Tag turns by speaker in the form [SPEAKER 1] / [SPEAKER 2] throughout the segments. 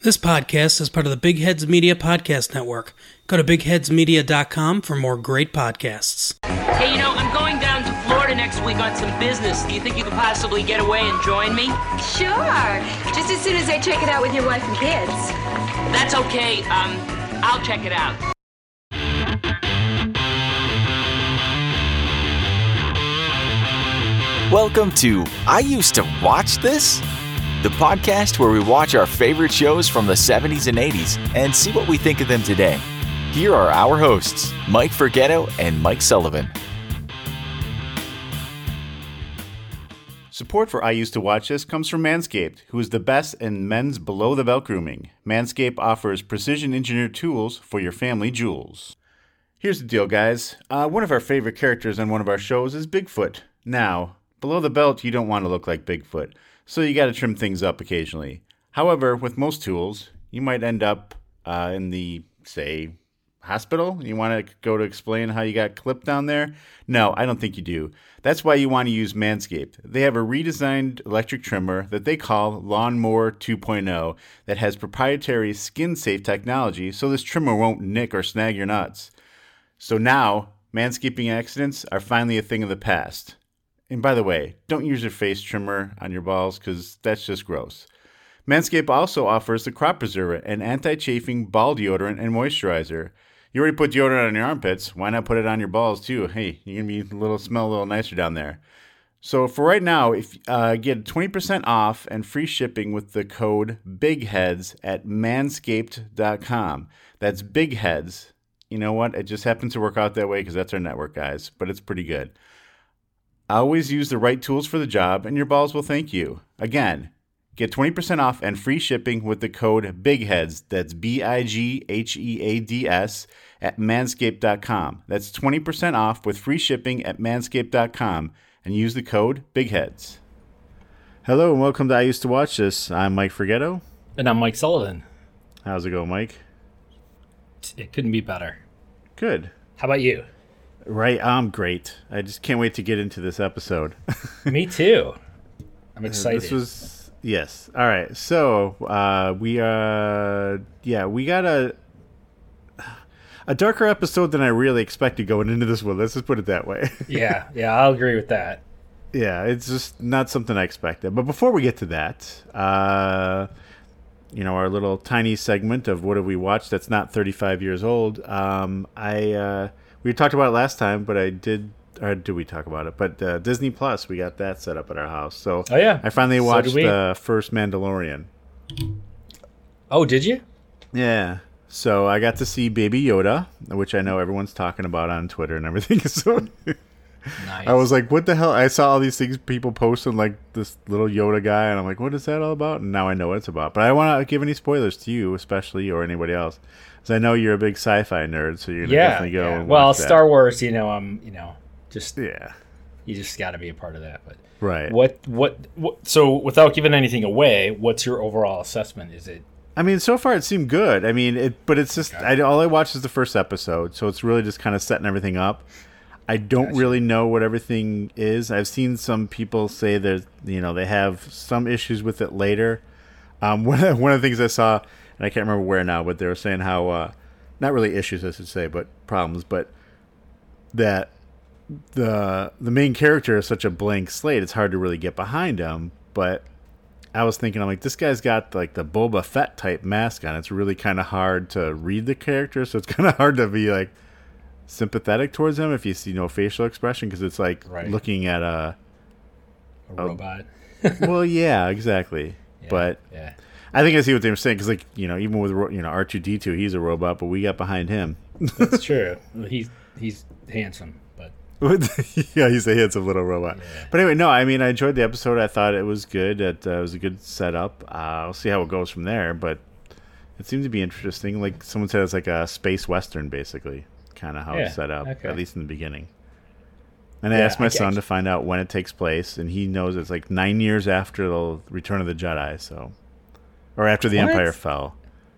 [SPEAKER 1] This podcast is part of the Big Heads Media Podcast Network. Go to bigheadsmedia.com for more great podcasts.
[SPEAKER 2] Hey, you know, I'm going down to Florida next week on some business. Do you think you could possibly get away and join me?
[SPEAKER 3] Sure. Just as soon as I check it out with your wife and kids.
[SPEAKER 2] That's okay. Um, I'll check it out.
[SPEAKER 4] Welcome to I Used to Watch This, the podcast where we watch our favorite shows from the 70s and 80s and see what we think of them today. Here are our hosts, Mike Forgetto and Mike Sullivan.
[SPEAKER 5] Support for I Used to Watch This comes from Manscaped, who is the best in men's below the belt grooming. Manscaped offers precision engineered tools for your family jewels. Here's the deal, guys. Uh, one of our favorite characters on one of our shows is Bigfoot. Now, below the belt, you don't want to look like Bigfoot, so you got to trim things up occasionally. However, with most tools, you might end up uh, in the, say, hospital? You want to go to explain how you got clipped down there? No, I don't think you do. That's why you want to use Manscaped. They have a redesigned electric trimmer that they call Lawnmower 2.0 that has proprietary skin safe technology so this trimmer won't nick or snag your nuts. So now, manscaping accidents are finally a thing of the past. And by the way, don't use your face trimmer on your balls because that's just gross. Manscaped also offers the Crop Preserver, an anti chafing ball deodorant and moisturizer. You already put deodorant on your armpits, why not put it on your balls too? Hey, you're going to be a little smell a little nicer down there. So for right now, if uh, get 20% off and free shipping with the code BIGHEADS at manscaped.com. That's BIGHEADS. You know what? It just happened to work out that way because that's our network, guys, but it's pretty good. Always use the right tools for the job, and your balls will thank you. Again, get 20% off and free shipping with the code BIGHEADS. That's B I G H E A D S at manscaped.com. That's 20% off with free shipping at manscaped.com and use the code BIGHEADS. Hello and welcome to I Used to Watch This. I'm Mike Forgetto.
[SPEAKER 6] And I'm Mike Sullivan.
[SPEAKER 5] How's it going, Mike?
[SPEAKER 6] It couldn't be better.
[SPEAKER 5] Good.
[SPEAKER 6] How about you?
[SPEAKER 5] Right, I'm great. I just can't wait to get into this episode.
[SPEAKER 6] Me too. I'm excited.
[SPEAKER 5] This was yes. All right. So uh, we uh yeah we got a a darker episode than I really expected going into this one. Let's just put it that way.
[SPEAKER 6] yeah, yeah, I'll agree with that.
[SPEAKER 5] yeah, it's just not something I expected. But before we get to that, uh, you know, our little tiny segment of what have we watched that's not 35 years old. Um, I uh, we talked about it last time, but I did. Or did we talk about it? But uh, Disney Plus, we got that set up at our house. So
[SPEAKER 6] Oh, yeah.
[SPEAKER 5] I finally
[SPEAKER 6] So did
[SPEAKER 5] watched
[SPEAKER 6] we.
[SPEAKER 5] the first Mandalorian.
[SPEAKER 6] Oh, did you?
[SPEAKER 5] Yeah. So I got to see Baby Yoda, which I know everyone's talking about on Twitter and everything. So
[SPEAKER 6] Nice.
[SPEAKER 5] I was like, what the hell? I saw all these things people posting, like this little Yoda guy, and I'm like, what is that all about? And now I know what it's about. But I don't want to give any spoilers to you, especially, or anybody else. Because I know you're a big sci fi nerd, so you're going to
[SPEAKER 6] yeah.
[SPEAKER 5] definitely go.
[SPEAKER 6] yeah.
[SPEAKER 5] And
[SPEAKER 6] Well,
[SPEAKER 5] watch that.
[SPEAKER 6] Star Wars, you know, I'm, you know, just
[SPEAKER 5] Yeah.
[SPEAKER 6] you just got to be a part of that. But
[SPEAKER 5] Right.
[SPEAKER 6] what, what, what? So, without giving anything away, what's your overall assessment? Is it
[SPEAKER 5] I mean, so far it seemed good. I mean, it, but it's just I, all I watched is the first episode, so it's really just kind of setting everything up. I don't really know what everything is. I've seen some people say that you know they have some issues with it later. Um, one of, one of the things I saw, and I can't remember where now, but they were saying how uh, not really issues, I should say, but problems, but that the the main character is such a blank slate. It's hard to really get behind him, but I was thinking, I'm like, this guy's got like the Boba Fett type mask on. It's really kind of hard to read the character, so it's kind of hard to be like sympathetic towards him if you see no facial expression because it's like
[SPEAKER 6] Right.
[SPEAKER 5] looking at a.
[SPEAKER 6] a
[SPEAKER 5] Oh.
[SPEAKER 6] robot?
[SPEAKER 5] Well, yeah, exactly. But
[SPEAKER 6] Yeah.
[SPEAKER 5] I think I see what they were saying because, like, you know, even with ro- you know R two D two, he's a robot, but we got behind him.
[SPEAKER 6] That's true. he's he's handsome, but
[SPEAKER 5] yeah, he's a handsome little robot. But anyway, no, I mean, I enjoyed the episode. I thought it was good. It uh, was a good setup. Uh, we'll see how it goes from there, but it seemed to be interesting. Like someone said, it's like a space western, basically, kind of how
[SPEAKER 6] Yeah,
[SPEAKER 5] it's set up,
[SPEAKER 6] okay.
[SPEAKER 5] at least in the beginning. And I
[SPEAKER 6] Yeah,
[SPEAKER 5] asked my
[SPEAKER 6] I- I-
[SPEAKER 5] son to find out when it takes place, and he knows it's like nine years after the Return of the Jedi, so or after the
[SPEAKER 6] What?
[SPEAKER 5] Empire fell.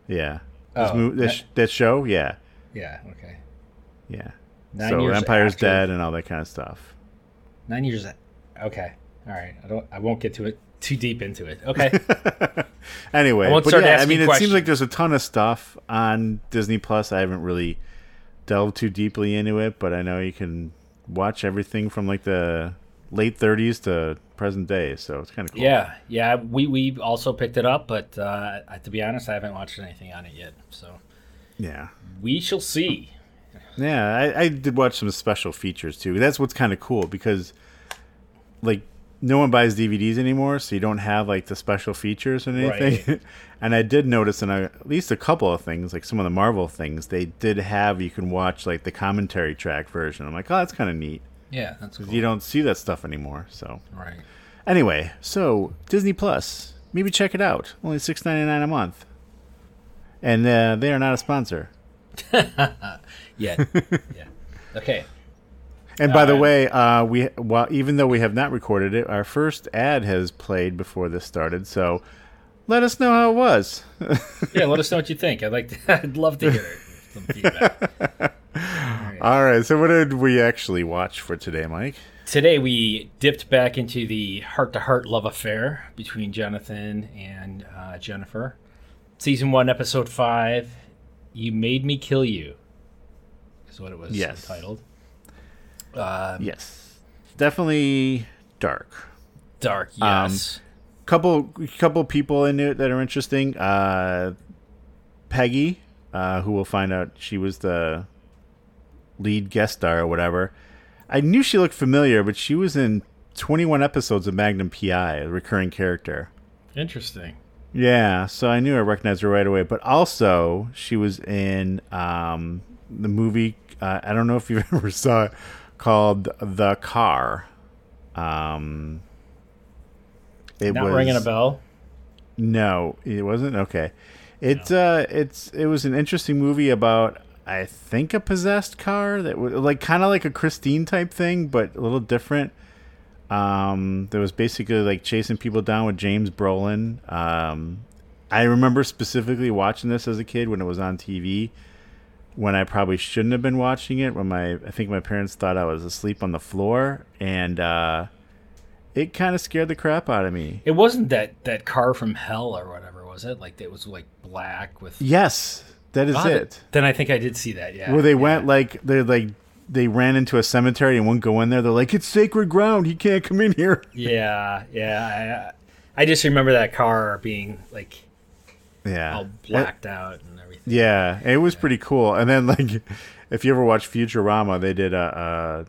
[SPEAKER 5] Yeah, this,
[SPEAKER 6] Oh,
[SPEAKER 5] mo- this,
[SPEAKER 6] that-
[SPEAKER 5] sh- that show, yeah,
[SPEAKER 6] yeah. Okay.
[SPEAKER 5] yeah.
[SPEAKER 6] Nine
[SPEAKER 5] so
[SPEAKER 6] years
[SPEAKER 5] Empire's
[SPEAKER 6] after-
[SPEAKER 5] dead and all that kind of stuff.
[SPEAKER 6] Nine years. Okay. All right. I don't. I won't get to it too deep into it. Okay.
[SPEAKER 5] Anyway,
[SPEAKER 6] won't
[SPEAKER 5] but
[SPEAKER 6] start
[SPEAKER 5] yeah, I
[SPEAKER 6] asking
[SPEAKER 5] mean, it
[SPEAKER 6] questions.
[SPEAKER 5] seems like there's a ton of stuff on Disney Plus. I haven't really delved too deeply into it, but I know you can watch everything from like the late 30s to present day, so it's kind of cool.
[SPEAKER 6] yeah, yeah. We we also picked it up, but uh, I- to be honest, I haven't watched anything on it yet. So
[SPEAKER 5] yeah.
[SPEAKER 6] we shall see.
[SPEAKER 5] Yeah, I, I did watch some special features too. That's what's kind of cool because, like, no one buys DVDs anymore, so you don't have like the special features or anything. and I did notice in a, at least a couple of things, like some of the Marvel things, they did have you can watch like the commentary track version. I'm like, oh, that's kind of neat.
[SPEAKER 6] Yeah, that's cool.
[SPEAKER 5] You don't see that stuff anymore. So
[SPEAKER 6] right.
[SPEAKER 5] anyway, so Disney Plus, maybe check it out. Only six ninety nine a month, and uh, they are not a sponsor.
[SPEAKER 6] Yeah. yeah. Okay.
[SPEAKER 5] And by the way, uh, we well, even though we have not recorded it, our first ad has played before this started. So let us know how it was.
[SPEAKER 6] Yeah. Let us know what you think. I'd like. To, I'd love to hear some feedback.
[SPEAKER 5] All right. So what did we actually watch for today, Mike?
[SPEAKER 6] Today we dipped back into the heart-to-heart love affair between Jonathan and uh, Jennifer. Season one, episode five. You made me kill you. Is what it was
[SPEAKER 5] Yes.
[SPEAKER 6] titled.
[SPEAKER 5] Yes, definitely dark.
[SPEAKER 6] Dark.
[SPEAKER 5] Um,
[SPEAKER 6] Yes.
[SPEAKER 5] Couple couple people in it that are interesting. Uh, Peggy, uh, who we'll find out she was the lead guest star or whatever. I knew she looked familiar, but she was in 21 episodes of Magnum PI, a recurring character.
[SPEAKER 6] Interesting.
[SPEAKER 5] Yeah, so I knew I recognized her right away. But also, she was in um, the movie. Uh, I don't know if you ever saw it, called The Car. Um, it
[SPEAKER 6] Not
[SPEAKER 5] was,
[SPEAKER 6] ringing a bell.
[SPEAKER 5] No, it wasn't. Okay, it's uh, it's it was an interesting movie about I think a possessed car that was like kind of like a Christine type thing, but a little different. Um, that was basically like chasing people down with James Brolin. Um, I remember specifically watching this as a kid when it was on TV. When I probably shouldn't have been watching it, when my I think my parents thought I was asleep on the floor, and uh, it kind of scared the crap out of me.
[SPEAKER 6] It wasn't that that car from hell or whatever, was it? Like it was like black with.
[SPEAKER 5] Yes, that is
[SPEAKER 6] Ah,
[SPEAKER 5] it.
[SPEAKER 6] Then I think I did see that. Yeah.
[SPEAKER 5] Where they went like they like they ran into a cemetery and wouldn't go in there. They're like, it's sacred ground. He can't come in here.
[SPEAKER 6] Yeah. Yeah. I, I just remember that car being like
[SPEAKER 5] Yeah,
[SPEAKER 6] all blacked out and everything.
[SPEAKER 5] Yeah, it was pretty cool. And then like, if you ever watch Futurama, they did a,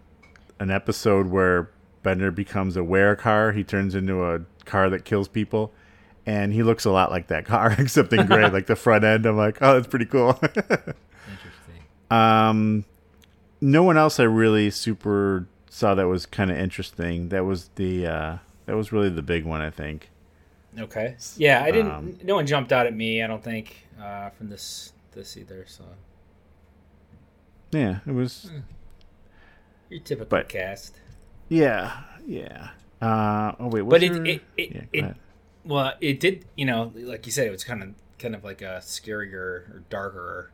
[SPEAKER 5] a an episode where Bender becomes a wear car. He turns into a car that kills people, and he looks a lot like that car, except in gray, like the front end. I'm like, oh, that's pretty cool. Um,
[SPEAKER 6] Interesting.
[SPEAKER 5] no one else I really super saw that was kind of interesting. That was the uh, that was really the big one, I think.
[SPEAKER 6] Okay. Yeah, I didn't.
[SPEAKER 5] Um,
[SPEAKER 6] no one jumped out at me. I don't think uh, from this this either. So
[SPEAKER 5] Yeah, it was.
[SPEAKER 6] Hmm. your typical
[SPEAKER 5] But-
[SPEAKER 6] cast.
[SPEAKER 5] Yeah, yeah. Uh, oh wait, was
[SPEAKER 6] But it
[SPEAKER 5] there-
[SPEAKER 6] it it,
[SPEAKER 5] Yeah, go
[SPEAKER 6] it
[SPEAKER 5] ahead.
[SPEAKER 6] well it did you know like you said it was kind of kind of like a scarier or darker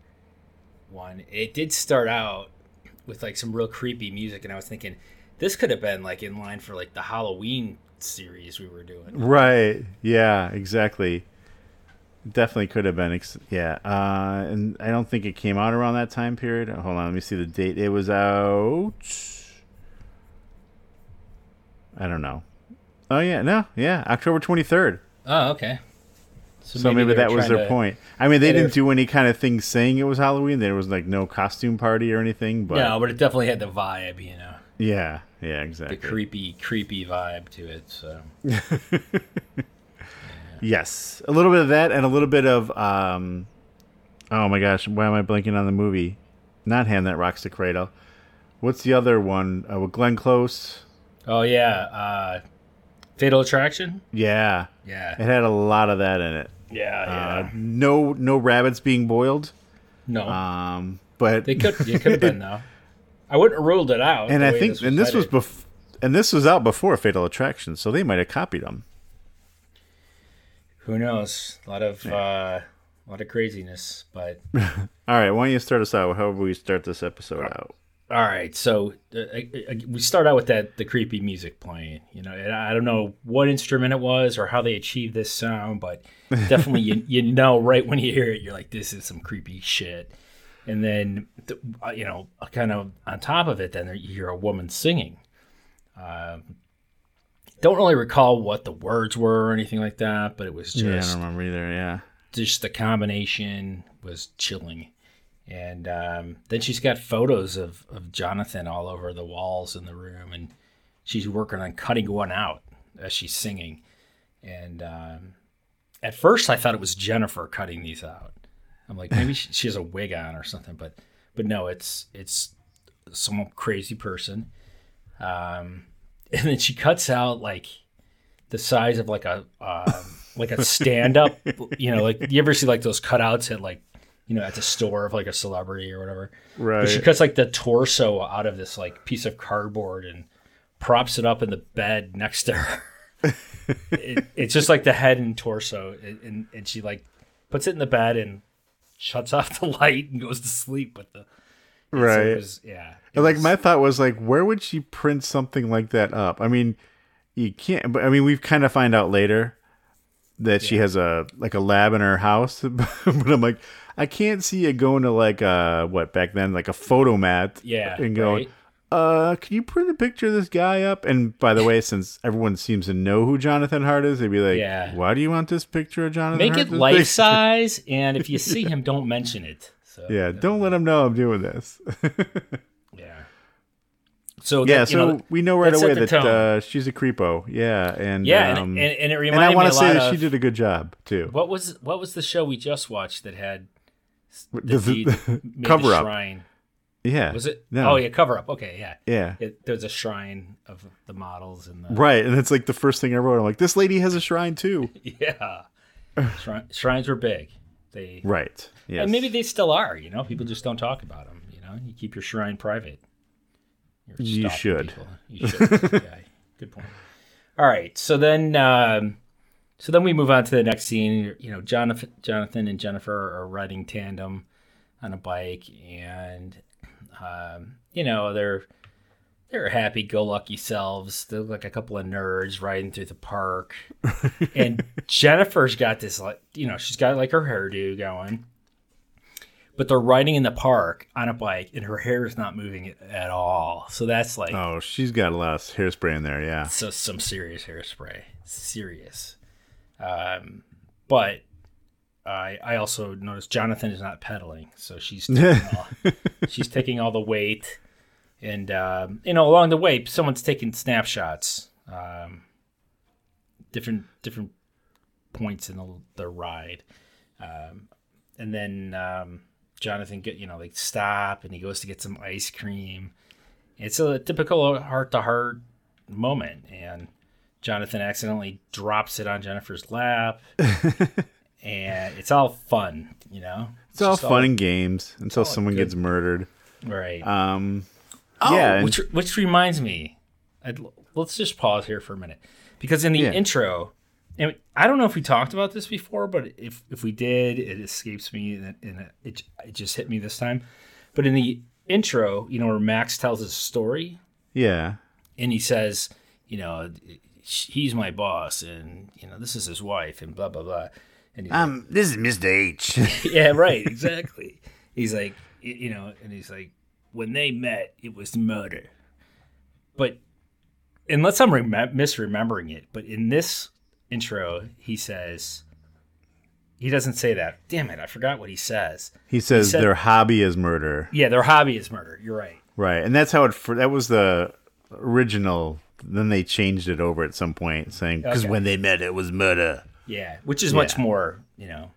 [SPEAKER 6] one. It did start out with like some real creepy music, and I was thinking this could have been like in line for like the Halloween series we were doing.
[SPEAKER 5] Right. Yeah, exactly. Definitely could have been. Ex- yeah. Uh, and I don't think it came out around that time period. Uh, Hold on. Let me see the date. It was out. I don't know. Oh, yeah. No. Yeah. October 23rd.
[SPEAKER 6] Oh, okay.
[SPEAKER 5] So maybe,
[SPEAKER 6] they were
[SPEAKER 5] that was
[SPEAKER 6] trying
[SPEAKER 5] their
[SPEAKER 6] to-
[SPEAKER 5] point. I mean, they
[SPEAKER 6] they were-
[SPEAKER 5] didn't do any kind of thing saying it was Halloween. There was like no costume party or anything. But
[SPEAKER 6] No, but it definitely had the vibe, you know,
[SPEAKER 5] yeah. Yeah, exactly.
[SPEAKER 6] the creepy, creepy vibe to it. So
[SPEAKER 5] Yes, a little bit of that, and a little bit of um, oh my gosh, why am I blanking on the movie? Not hand that rocks the cradle. What's the other one uh, with Glenn Close?
[SPEAKER 6] Oh yeah, uh, Fatal Attraction.
[SPEAKER 5] Yeah, it
[SPEAKER 6] Yeah,
[SPEAKER 5] had a lot of that in it.
[SPEAKER 6] yeah,
[SPEAKER 5] Uh, no, no rabbits being boiled.
[SPEAKER 6] no,
[SPEAKER 5] Um, but
[SPEAKER 6] they could. It could have been though. I wouldn't have ruled it out.
[SPEAKER 5] and
[SPEAKER 6] the
[SPEAKER 5] I
[SPEAKER 6] way
[SPEAKER 5] think, and this was
[SPEAKER 6] headed.
[SPEAKER 5] before, and this was out before Fatal Attraction, so they might have copied them.
[SPEAKER 6] who knows. A lot of uh, a lot of craziness, but
[SPEAKER 5] All right, why don't you start us out? How would we start this episode out?
[SPEAKER 6] All right, so uh, I, I, we start out with that the creepy music playing. You know, and I don't know what instrument it was or how they achieved this sound, but definitely you you know right when you hear it, you're like, this is some creepy shit. And then th- uh, you know, kind of on top of it, then there- you hear a woman singing. Um, don't really recall what the words were or anything like that, but it was
[SPEAKER 5] Yeah, I
[SPEAKER 6] just
[SPEAKER 5] don't remember either. Yeah.
[SPEAKER 6] just the combination was chilling. And um, then she's got photos of, of Jonathan all over the walls in the room, and she's working on cutting one out as she's singing. And um, at first, I thought it was Jennifer cutting these out. I'm like, maybe she, she has a wig on or something, but but no, it's it's some crazy person. Um, and then she cuts out like the size of like a um like a stand up. you know, like you ever see like those cutouts at like you know at the store of like a celebrity or whatever. But she
[SPEAKER 5] Right.
[SPEAKER 6] cuts like the torso out of this like piece of cardboard and props it up in the bed next to her. it, it's just like the head and torso, and, and and she like puts it in the bed and shuts off the light and goes to sleep with the so it
[SPEAKER 5] right.
[SPEAKER 6] was- yeah. it
[SPEAKER 5] like
[SPEAKER 6] was-
[SPEAKER 5] my thought was like, where would she print something like that up? I mean, you can't. But I mean, we've kind of find out later that she has a like a lab in her house. but I'm like, I can't see it going to like uh what back then like a photo mat.
[SPEAKER 6] Yeah,
[SPEAKER 5] and going.
[SPEAKER 6] right.
[SPEAKER 5] Uh, can you print a picture of this guy up? And by the way, since everyone seems to know who Jonathan Hart is, they'd be like,
[SPEAKER 6] Yeah.
[SPEAKER 5] "Why do you want this picture of Jonathan?"
[SPEAKER 6] make
[SPEAKER 5] Hart?
[SPEAKER 6] it
[SPEAKER 5] This
[SPEAKER 6] life
[SPEAKER 5] big-
[SPEAKER 6] size, and if you see him, don't mention it. So
[SPEAKER 5] Yeah, don't let him know I'm doing this.
[SPEAKER 6] yeah. So
[SPEAKER 5] Yeah,
[SPEAKER 6] that- you
[SPEAKER 5] so
[SPEAKER 6] know,
[SPEAKER 5] we know right
[SPEAKER 6] that set
[SPEAKER 5] away
[SPEAKER 6] the
[SPEAKER 5] that
[SPEAKER 6] tone.
[SPEAKER 5] uh, she's a creepo. Yeah, and
[SPEAKER 6] yeah,
[SPEAKER 5] um,
[SPEAKER 6] and, and, and it
[SPEAKER 5] and
[SPEAKER 6] reminded
[SPEAKER 5] I
[SPEAKER 6] me
[SPEAKER 5] want
[SPEAKER 6] a
[SPEAKER 5] to say
[SPEAKER 6] lot
[SPEAKER 5] that
[SPEAKER 6] of
[SPEAKER 5] she did a good job too.
[SPEAKER 6] what was what was the show we just watched that had the,
[SPEAKER 5] Does it-
[SPEAKER 6] deed that made the
[SPEAKER 5] cover up?
[SPEAKER 6] shrine?
[SPEAKER 5] Yeah,
[SPEAKER 6] Was it?
[SPEAKER 5] No.
[SPEAKER 6] Oh yeah, cover up. Okay, yeah.
[SPEAKER 5] yeah,
[SPEAKER 6] It, there's a shrine of the models and the
[SPEAKER 5] right. And it's like the first thing I wrote. I'm like, this lady has a shrine too.
[SPEAKER 6] yeah. Shrine, shrines were big. They
[SPEAKER 5] Right. Yes.
[SPEAKER 6] and maybe they still are. You know, people just don't talk about them. You know, you keep your shrine private. You're
[SPEAKER 5] You
[SPEAKER 6] stalking
[SPEAKER 5] should.
[SPEAKER 6] people. You should. yeah, good point. All right, so then, um, so then we move on to the next scene. You know, Jonathan, Jonathan and Jennifer are riding tandem on a bike, and um, you know they're they're happy go lucky selves. They look like a couple of nerds riding through the park. and Jennifer's got this like you know, she's got like her hairdo going. But they're riding in the park on a bike and her hair is not moving at- at all. So that's like
[SPEAKER 5] Oh, she's got a lot of hairspray in there. Yeah.
[SPEAKER 6] so some serious hairspray. Serious. Um but I I also noticed Jonathan is not pedaling, so she's taking all, she's taking all the weight and um, you know along the way someone's taking snapshots um, different different points in the, the ride um, and then um, jonathan get you know they stop and he goes to get some ice cream it's a typical heart to heart moment and jonathan accidentally drops it on jennifer's lap and it's all fun you know
[SPEAKER 5] It's, all
[SPEAKER 6] just
[SPEAKER 5] fun and games
[SPEAKER 6] Oh,
[SPEAKER 5] until someone gets murdered.
[SPEAKER 6] right
[SPEAKER 5] Um.
[SPEAKER 6] Oh,
[SPEAKER 5] yeah. and-
[SPEAKER 6] which which reminds me, I'd, let's just pause here for a minute because in the
[SPEAKER 5] Yeah.
[SPEAKER 6] intro, and I don't know if we talked about this before, but if if we did, it escapes me, and, it- and it it just hit me this time. But in the intro, you know, where Max tells his story,
[SPEAKER 5] yeah.
[SPEAKER 6] and he says, you know, he's my boss, and you know, this is his wife, and blah blah blah. And he's
[SPEAKER 5] Um. This is Mr. H.
[SPEAKER 6] yeah, right, exactly. he's like, y- you know, and he's like, when they met, it was murder. But unless I'm remem misremembering it, but in this intro, he says, he doesn't say that. Damn it, I forgot what he says.
[SPEAKER 5] he says
[SPEAKER 6] said-
[SPEAKER 5] their hobby is murder.
[SPEAKER 6] Yeah, their hobby is murder. You're right.
[SPEAKER 5] Right, and that's how it. fir- That was the original. Then they changed it over at some point, saying because
[SPEAKER 6] Okay.
[SPEAKER 5] when they met, it was murder.
[SPEAKER 6] Yeah, which is much
[SPEAKER 5] Yeah.
[SPEAKER 6] more, you know.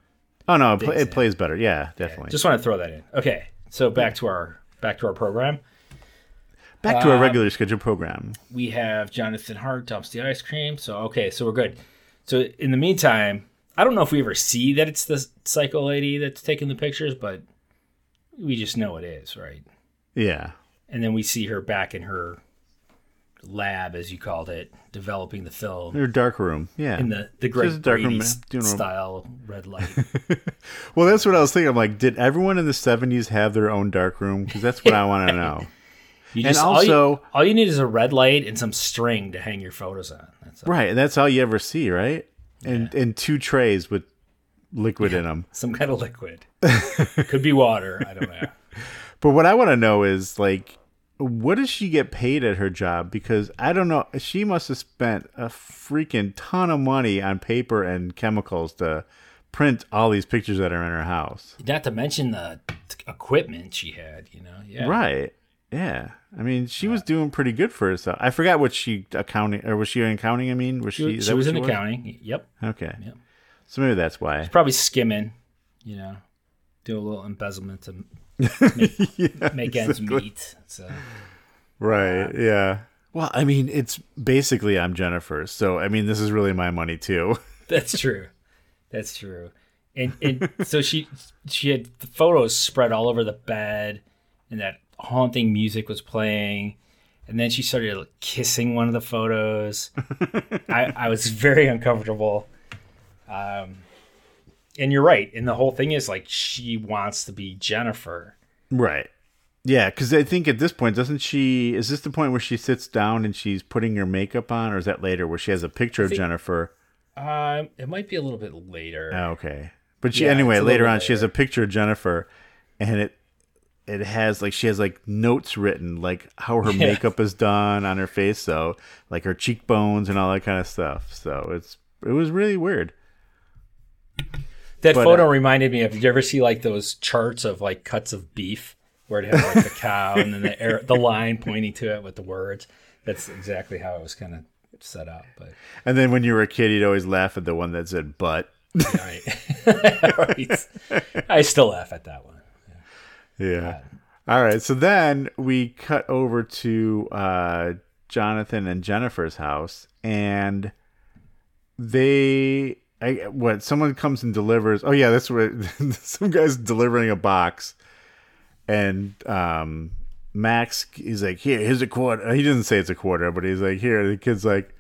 [SPEAKER 5] Oh no, it, pl- it
[SPEAKER 6] Exactly.
[SPEAKER 5] plays better. Yeah, definitely.
[SPEAKER 6] Just want to throw that in. Okay, so back to our back to our program.
[SPEAKER 5] back
[SPEAKER 6] um,
[SPEAKER 5] to our regular scheduled program.
[SPEAKER 6] we have Jonathan Hart dumps the ice cream. So okay, so we're good. So in the meantime, I don't know if we ever see that it's the psycho lady that's taking the pictures, but we just know it is, right?
[SPEAKER 5] Yeah,
[SPEAKER 6] And then we see her back in her lab, as you called it, developing the film
[SPEAKER 5] their dark room. Yeah.
[SPEAKER 6] in the
[SPEAKER 5] Just a
[SPEAKER 6] the great
[SPEAKER 5] dark room,
[SPEAKER 6] Brady
[SPEAKER 5] man. Do you know-
[SPEAKER 6] style red light.
[SPEAKER 5] well, that's what I was thinking. I'm like, did everyone in the '70s have their own dark room? Because that's what I want to know.
[SPEAKER 6] You
[SPEAKER 5] And
[SPEAKER 6] just all you,
[SPEAKER 5] also-
[SPEAKER 6] all you need is a red light and some string to hang your photos on. That's all.
[SPEAKER 5] Right, and that's all you ever see, right? And and two trays with liquid in 'em. in them.
[SPEAKER 6] Some kind of liquid. Could be water. I don't know.
[SPEAKER 5] But what I want to know is like, what does she get paid at her job? Because I don't know. She must have spent a freaking ton of money on paper and chemicals to print all these pictures that are in her house.
[SPEAKER 6] Not to mention the t- equipment she had. You know. Yeah.
[SPEAKER 5] Right. Yeah. I mean, she was doing pretty good for herself. I forgot what she accounting or was she in accounting? I mean, was she?
[SPEAKER 6] She,
[SPEAKER 5] is
[SPEAKER 6] she
[SPEAKER 5] that
[SPEAKER 6] was
[SPEAKER 5] what
[SPEAKER 6] in accounting. Yep.
[SPEAKER 5] Okay.
[SPEAKER 6] Yep.
[SPEAKER 5] So maybe that's why.
[SPEAKER 6] Probably skimming. You know, do a little embezzlement to m- make, make ends meet. So.
[SPEAKER 5] Right. yeah. Well, I mean, it's basically I'm Jennifer, so I mean, this is really my money too.
[SPEAKER 6] That's true. That's true. And and so she she had the photos spread all over the bed, and that haunting music was playing. And then she started like, kissing one of the photos. I, I was very uncomfortable. Um, and you're right. And the whole thing is like she wants to be Jennifer.
[SPEAKER 5] Right. Yeah, because I think at this point, doesn't she? Is this the point where she sits down and she's putting her makeup on, or is that later where she has a picture of Jennifer?
[SPEAKER 6] Um, it might be a little bit later.
[SPEAKER 5] Oh, okay, but she
[SPEAKER 6] Yeah,
[SPEAKER 5] anyway
[SPEAKER 6] it's a
[SPEAKER 5] later
[SPEAKER 6] little
[SPEAKER 5] on she has a picture of Jennifer, and it it has like she has like notes written like how her
[SPEAKER 6] Yeah.
[SPEAKER 5] makeup is done on her face, so like her cheekbones and all that kind of stuff. So it's it was really weird.
[SPEAKER 6] That
[SPEAKER 5] But,
[SPEAKER 6] photo
[SPEAKER 5] uh,
[SPEAKER 6] reminded me of. Did you ever see like those charts of like cuts of beef where it had like the cow and then the air, the line pointing to it with the words? That's exactly how it was kind of set up. But
[SPEAKER 5] And then when you were a kid, you'd always laugh at the one that said "butt."
[SPEAKER 6] I, I still laugh at that one.
[SPEAKER 5] Yeah. All right. So then we cut over to uh, Jonathan and Jennifer's house, and they, I, what? Someone comes and delivers. Oh yeah, that's where some guy's delivering a box, and um, Max is like, "Here, here's a quarter." He doesn't say it's a quarter, but he's like, "Here." The kid's like,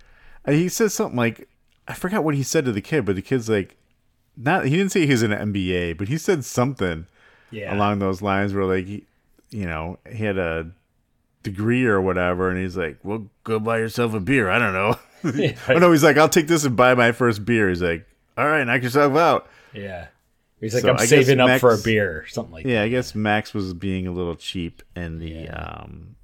[SPEAKER 5] and he says something like, I forgot what he said to the kid, but the kid's like, not. He didn't say he's an MBA, but he said something
[SPEAKER 6] Yeah.
[SPEAKER 5] along those lines where like he, you know he had a degree or whatever and he's like well go buy yourself a beer i don't know oh no he's like i'll take this and buy my first beer he's like all right knock yourself out
[SPEAKER 6] yeah. He's like,
[SPEAKER 5] So
[SPEAKER 6] I'm
[SPEAKER 5] I guess
[SPEAKER 6] saving up for a
[SPEAKER 5] Max-
[SPEAKER 6] beer or something like
[SPEAKER 5] yeah i guess max was being a little cheap in the um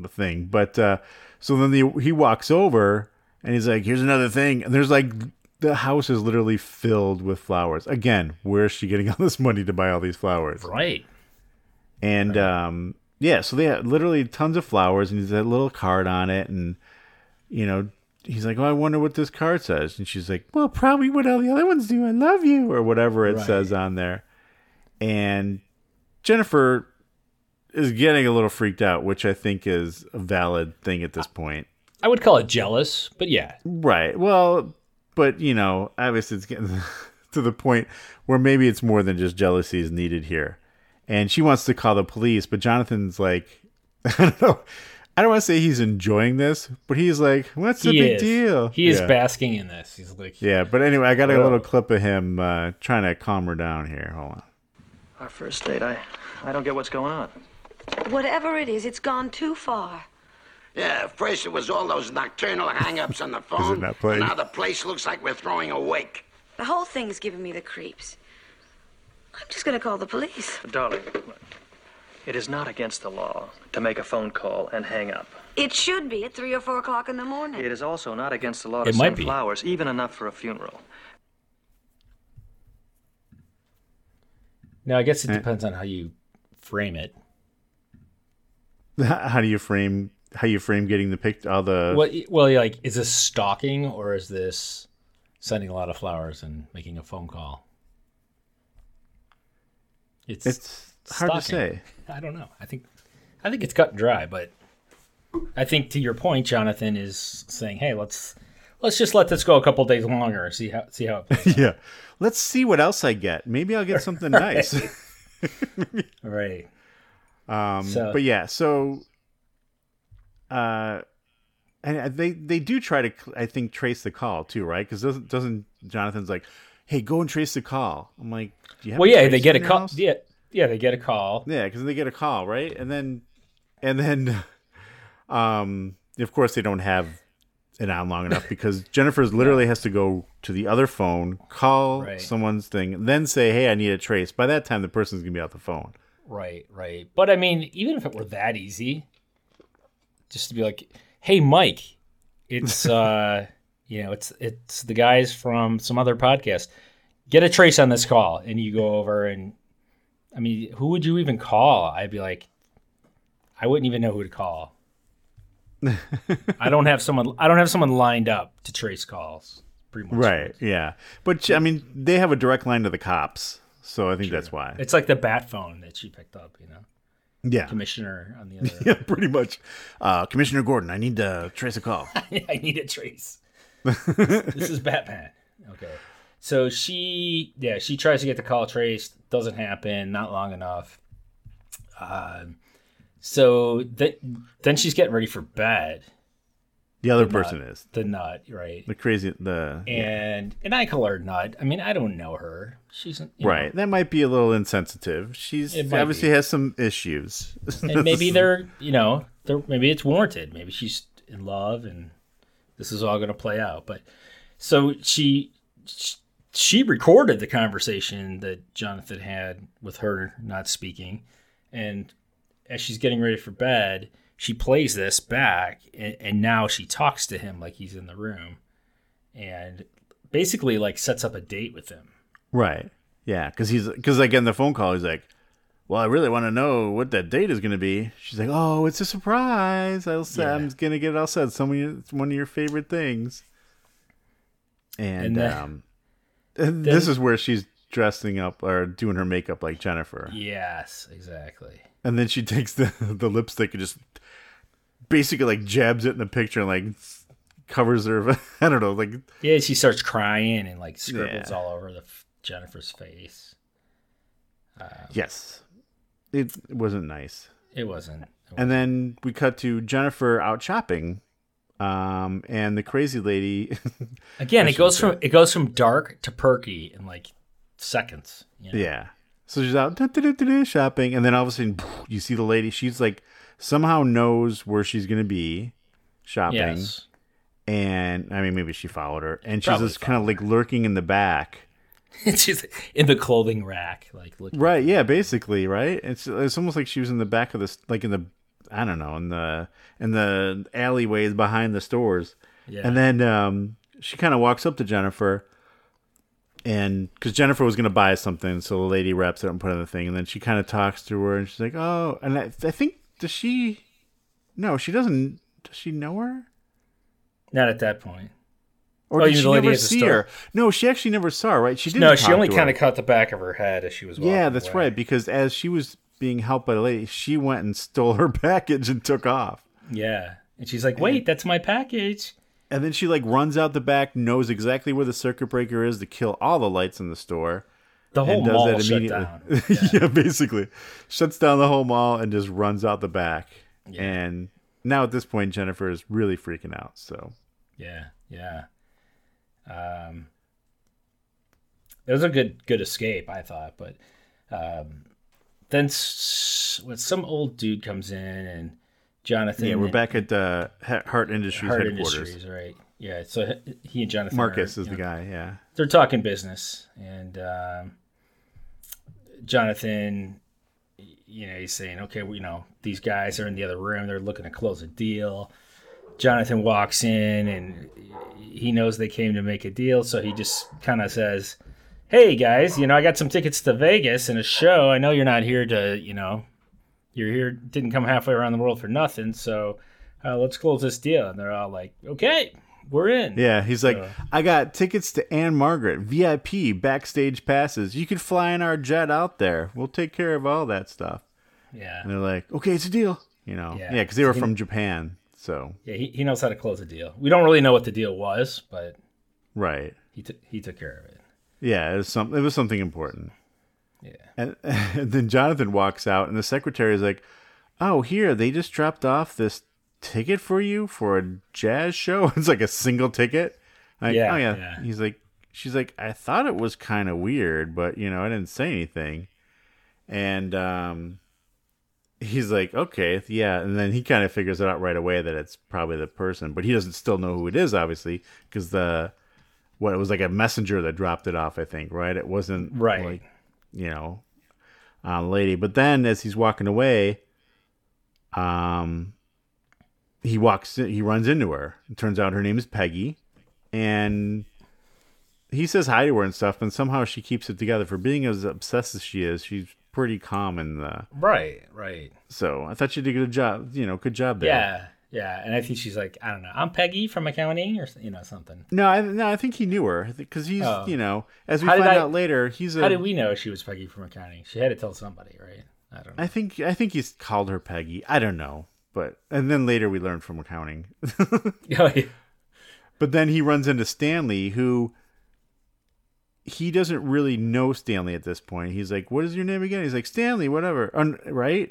[SPEAKER 5] the thing but uh so then the, he walks over and he's like here's another thing and there's like the house is literally filled with flowers again where's she getting all this money to buy all these flowers
[SPEAKER 6] that. Right.
[SPEAKER 5] and um, yeah, so they had literally tons of flowers, and he's had a little card on it, and you know, he's like, "Oh, I wonder what this card says," and she's like, "Well, probably what all the other ones do. I love you, or whatever it says on there." And Jennifer is getting a little freaked out, which I think is a valid thing at this point,
[SPEAKER 6] I would call it jealous, but yeah.
[SPEAKER 5] right? Well, but you know, obviously, it's getting to the point where maybe it's more than just jealousy is needed here and she wants to call the police, but Jonathan's like, I don't know. I don't want to say he's enjoying this, but he's like, what's the
[SPEAKER 6] he
[SPEAKER 5] big
[SPEAKER 6] is.
[SPEAKER 5] deal?
[SPEAKER 6] He is
[SPEAKER 5] yeah.
[SPEAKER 6] basking in this. He's like,
[SPEAKER 5] Yeah, but anyway, I got a little clip of him uh, trying to calm her down here. Hold on.
[SPEAKER 7] Our first date, I, I don't get what's going on.
[SPEAKER 3] Whatever it is, it's gone too far.
[SPEAKER 8] Yeah, first it was all those nocturnal hang-ups on the phone.
[SPEAKER 5] not playing?
[SPEAKER 8] Now the place looks like we're throwing a wake.
[SPEAKER 3] The whole thing's giving me the creeps. I'm just gonna call the police.
[SPEAKER 7] Darling, look, it is not against the law to make a phone call and hang up.
[SPEAKER 3] It should be at three or four o'clock in the morning.
[SPEAKER 7] It is also not against the law to
[SPEAKER 6] It might
[SPEAKER 7] send
[SPEAKER 6] be.
[SPEAKER 7] flowers, even enough for a funeral.
[SPEAKER 6] now I guess it depends on how you frame it.
[SPEAKER 5] How do you frame how you frame getting the pic? All the
[SPEAKER 6] Well, y- well, yeah, like, is this stalking or is this sending a lot of flowers and making a phone call? It's,
[SPEAKER 5] it's hard to
[SPEAKER 6] stalking.
[SPEAKER 5] say.
[SPEAKER 6] I don't know. I think, I think it's cut and dry. But I think to your point, Jonathan is saying, "Hey, let's let's just let this go a couple days longer and see how see how it plays."
[SPEAKER 5] Yeah, let's see what else I get. Maybe I'll get something nice.
[SPEAKER 6] out." right?
[SPEAKER 5] Um,
[SPEAKER 6] So-
[SPEAKER 5] but yeah, so uh, and uh, they they do try to cl- I think trace the call too, right? Because doesn't doesn't Jonathan's like, hey, go and trace the call. I'm like, Do you have
[SPEAKER 6] Well,
[SPEAKER 5] to
[SPEAKER 6] yeah, they
[SPEAKER 5] trace
[SPEAKER 6] get a
[SPEAKER 5] anything
[SPEAKER 6] call.
[SPEAKER 5] else?
[SPEAKER 6] Yeah, yeah, they get a call.
[SPEAKER 5] yeah, because they get a call, right? And then and then Um, of course, they don't have it on long enough because Jennifer's literally has to go to the other phone, call
[SPEAKER 6] Right.
[SPEAKER 5] someone's thing, then say, "Hey, I need a trace." By that time, the person's gonna be out the phone.
[SPEAKER 6] Right, right. But I mean, even if it were that easy, just to be like, "Hey, Mike, it's uh, you know, it's it's the guys from some other podcast. Get a trace on this call." And you go over and I mean, who would you even call? I'd be like, I wouldn't even know who to call. I don't have someone. I don't have someone lined up to trace calls. Pretty much.
[SPEAKER 5] Right. Yeah. But I mean, they have a direct line to the cops, so I think that's why.
[SPEAKER 6] It's like the bat phone that she picked up. You know,
[SPEAKER 5] yeah.
[SPEAKER 6] commissioner on the other.
[SPEAKER 5] yeah. Pretty much. Uh, Commissioner Gordon, I need to trace a call.
[SPEAKER 6] I need a trace. this is Batman. Okay. So she, yeah, she tries to get the call traced. Doesn't happen. Not long enough. Um, so th- then she's getting ready for bed.
[SPEAKER 5] The other person is
[SPEAKER 6] The nut, right?
[SPEAKER 5] the crazy. The
[SPEAKER 6] And and I call her nut. I mean, I don't know her. She's you know,
[SPEAKER 5] right. That might be a little insensitive. She's
[SPEAKER 6] It might
[SPEAKER 5] obviously
[SPEAKER 6] be.
[SPEAKER 5] has some issues.
[SPEAKER 6] and maybe they're you know they're maybe it's warranted maybe she's in love and this is all going to play out but so she sh- she recorded the conversation that jonathan had with her not speaking and as she's getting ready for bed she plays this back and, and now she talks to him like he's in the room and basically like sets up a date with him
[SPEAKER 5] Right. Yeah, because he's because like in the phone call, he's like, "Well, I really want to know what that date is going to be." She's like, "Oh, it's a surprise. I'll say I'm gonna get it all said. Some of your, it's one of your favorite things." And,
[SPEAKER 6] And then-
[SPEAKER 5] um, and this is where she's dressing up or doing her makeup like Jennifer,
[SPEAKER 6] yes exactly
[SPEAKER 5] and then she takes the the lipstick and just basically like jabs it in the picture and like covers her. I don't know, like
[SPEAKER 6] Yeah, she starts crying and like scribbles
[SPEAKER 5] Yeah.
[SPEAKER 6] all over the f- Jennifer's face.
[SPEAKER 5] yes, it wasn't nice.
[SPEAKER 6] It wasn't. it
[SPEAKER 5] And then we cut to Jennifer out shopping, um, and the crazy lady.
[SPEAKER 6] wa- Again, it goes from it goes from dark to perky in like seconds. You know?
[SPEAKER 5] yeah. So she's out "Da, da, da, da, da," shopping, and then all of a sudden you see the lady. She's like somehow knows where she's gonna be shopping,
[SPEAKER 6] Yes.
[SPEAKER 5] and I mean maybe she followed her, and she's
[SPEAKER 6] Probably
[SPEAKER 5] just kind of like lurking in the back.
[SPEAKER 6] She's in the clothing rack, like looking.
[SPEAKER 5] Right. Yeah. Basically. Right. It's it's almost like she was in the back of this, like in the I don't know, in the in the alleyways behind the stores.
[SPEAKER 6] Yeah.
[SPEAKER 5] And then um, she kind of walks up to Jennifer, and because Jennifer was gonna buy something, so the lady wraps it up and put it on the thing, and then she kind of talks to her, and she's like, "Oh," and I, I think does she? No, she doesn't. Does she know her?
[SPEAKER 6] Not at that point.
[SPEAKER 5] Or
[SPEAKER 6] Oh,
[SPEAKER 5] did
[SPEAKER 6] you
[SPEAKER 5] she
[SPEAKER 6] mean the lady
[SPEAKER 5] never
[SPEAKER 6] at the
[SPEAKER 5] see
[SPEAKER 6] store?
[SPEAKER 5] her? No, she actually never saw her. Right? She didn't.
[SPEAKER 6] No, she
[SPEAKER 5] talk
[SPEAKER 6] only
[SPEAKER 5] to
[SPEAKER 6] kind
[SPEAKER 5] her.
[SPEAKER 6] of caught the back of her head as she was. Walking
[SPEAKER 5] Yeah, that's
[SPEAKER 6] away.
[SPEAKER 5] right. Because as she was being helped by the lady, she went and stole her package and took off.
[SPEAKER 6] Yeah, and she's like, "Wait, that's my package."
[SPEAKER 5] And then she like runs out the back, knows exactly where the circuit breaker is to kill all the lights in the store,
[SPEAKER 6] The whole
[SPEAKER 5] and does
[SPEAKER 6] mall
[SPEAKER 5] that
[SPEAKER 6] shut
[SPEAKER 5] immediately.
[SPEAKER 6] down.
[SPEAKER 5] yeah. basically, shuts down the whole mall and just runs out the back. And now at this point, Jennifer is really freaking out. So
[SPEAKER 6] Yeah, yeah. Um, it was a good good escape, I thought. But um, then s- when some old dude comes in and Jonathan,
[SPEAKER 5] yeah, we're back at uh, He- Heart Industries
[SPEAKER 6] Heart
[SPEAKER 5] headquarters.
[SPEAKER 6] Industries, right? Yeah. So he- he and Jonathan,
[SPEAKER 5] Marcus
[SPEAKER 6] are,
[SPEAKER 5] is
[SPEAKER 6] you
[SPEAKER 5] the
[SPEAKER 6] know,
[SPEAKER 5] guy. Yeah,
[SPEAKER 6] They're talking business, and um, Jonathan, y- you know, he's saying, "Okay, well, you know, these guys are in the other room. They're looking to close a deal." Jonathan walks in and he knows they came to make a deal, so he just kind of says, "Hey guys, you know I got some tickets to Vegas and a show. I know you're not here to, you know, you're here didn't come halfway around the world for nothing. So uh, let's close this deal." And they're all like, "Okay, we're in."
[SPEAKER 5] yeah. He's like, I got tickets to Anne Margaret, VIP, backstage passes. You could fly in our jet out there. We'll take care of all that stuff.
[SPEAKER 6] yeah,
[SPEAKER 5] And they're like, okay, it's a deal. You know, yeah,
[SPEAKER 6] Yeah.
[SPEAKER 5] because they were from Japan. So
[SPEAKER 6] yeah. He, he knows how to close a deal. We don't really know what the deal was, but
[SPEAKER 5] right.
[SPEAKER 6] he took he took care of it.
[SPEAKER 5] Yeah, it was some it was something important.
[SPEAKER 6] Yeah.
[SPEAKER 5] And, and then Jonathan walks out and the secretary is like, "Oh, here, they just dropped off this ticket for you for a jazz show. It's like a single ticket." Like,
[SPEAKER 6] Yeah,
[SPEAKER 5] oh yeah.
[SPEAKER 6] yeah.
[SPEAKER 5] He's like she's like, "I thought it was kind of weird, but you know, I didn't say anything." And um he's like, okay, yeah, and then he kind of figures it out right away that it's probably the person, but he doesn't still know who it is, obviously, because the what it was like a messenger that dropped it off, I think, right? It wasn't
[SPEAKER 6] Right.
[SPEAKER 5] like you know, um, lady. But then as he's walking away, um, he walks, he runs into her. It turns out her name is Peggy, and he says hi to her and stuff, and somehow she keeps it together. For being as obsessed as she is, she's pretty calm in the
[SPEAKER 6] Right, right.
[SPEAKER 5] so I thought she did a good job. You know, good job there.
[SPEAKER 6] Yeah, yeah. And I think she's like, I don't know, I'm Peggy from accounting or s- you know something.
[SPEAKER 5] No, I, no, I think he knew her because he's,
[SPEAKER 6] Oh.
[SPEAKER 5] you know, as we
[SPEAKER 6] How did
[SPEAKER 5] find
[SPEAKER 6] I-
[SPEAKER 5] out later, he's a.
[SPEAKER 6] How did we know she was Peggy from accounting? She had to tell somebody, right? I don't know.
[SPEAKER 5] I think I think he's called her Peggy. I don't know, but and then later we learned from accounting.
[SPEAKER 6] Oh, yeah.
[SPEAKER 5] but then he runs into Stanley, who he doesn't really know Stanley at this point. He's like, "What is your name again?" He's like, "Stanley, whatever." Un- right?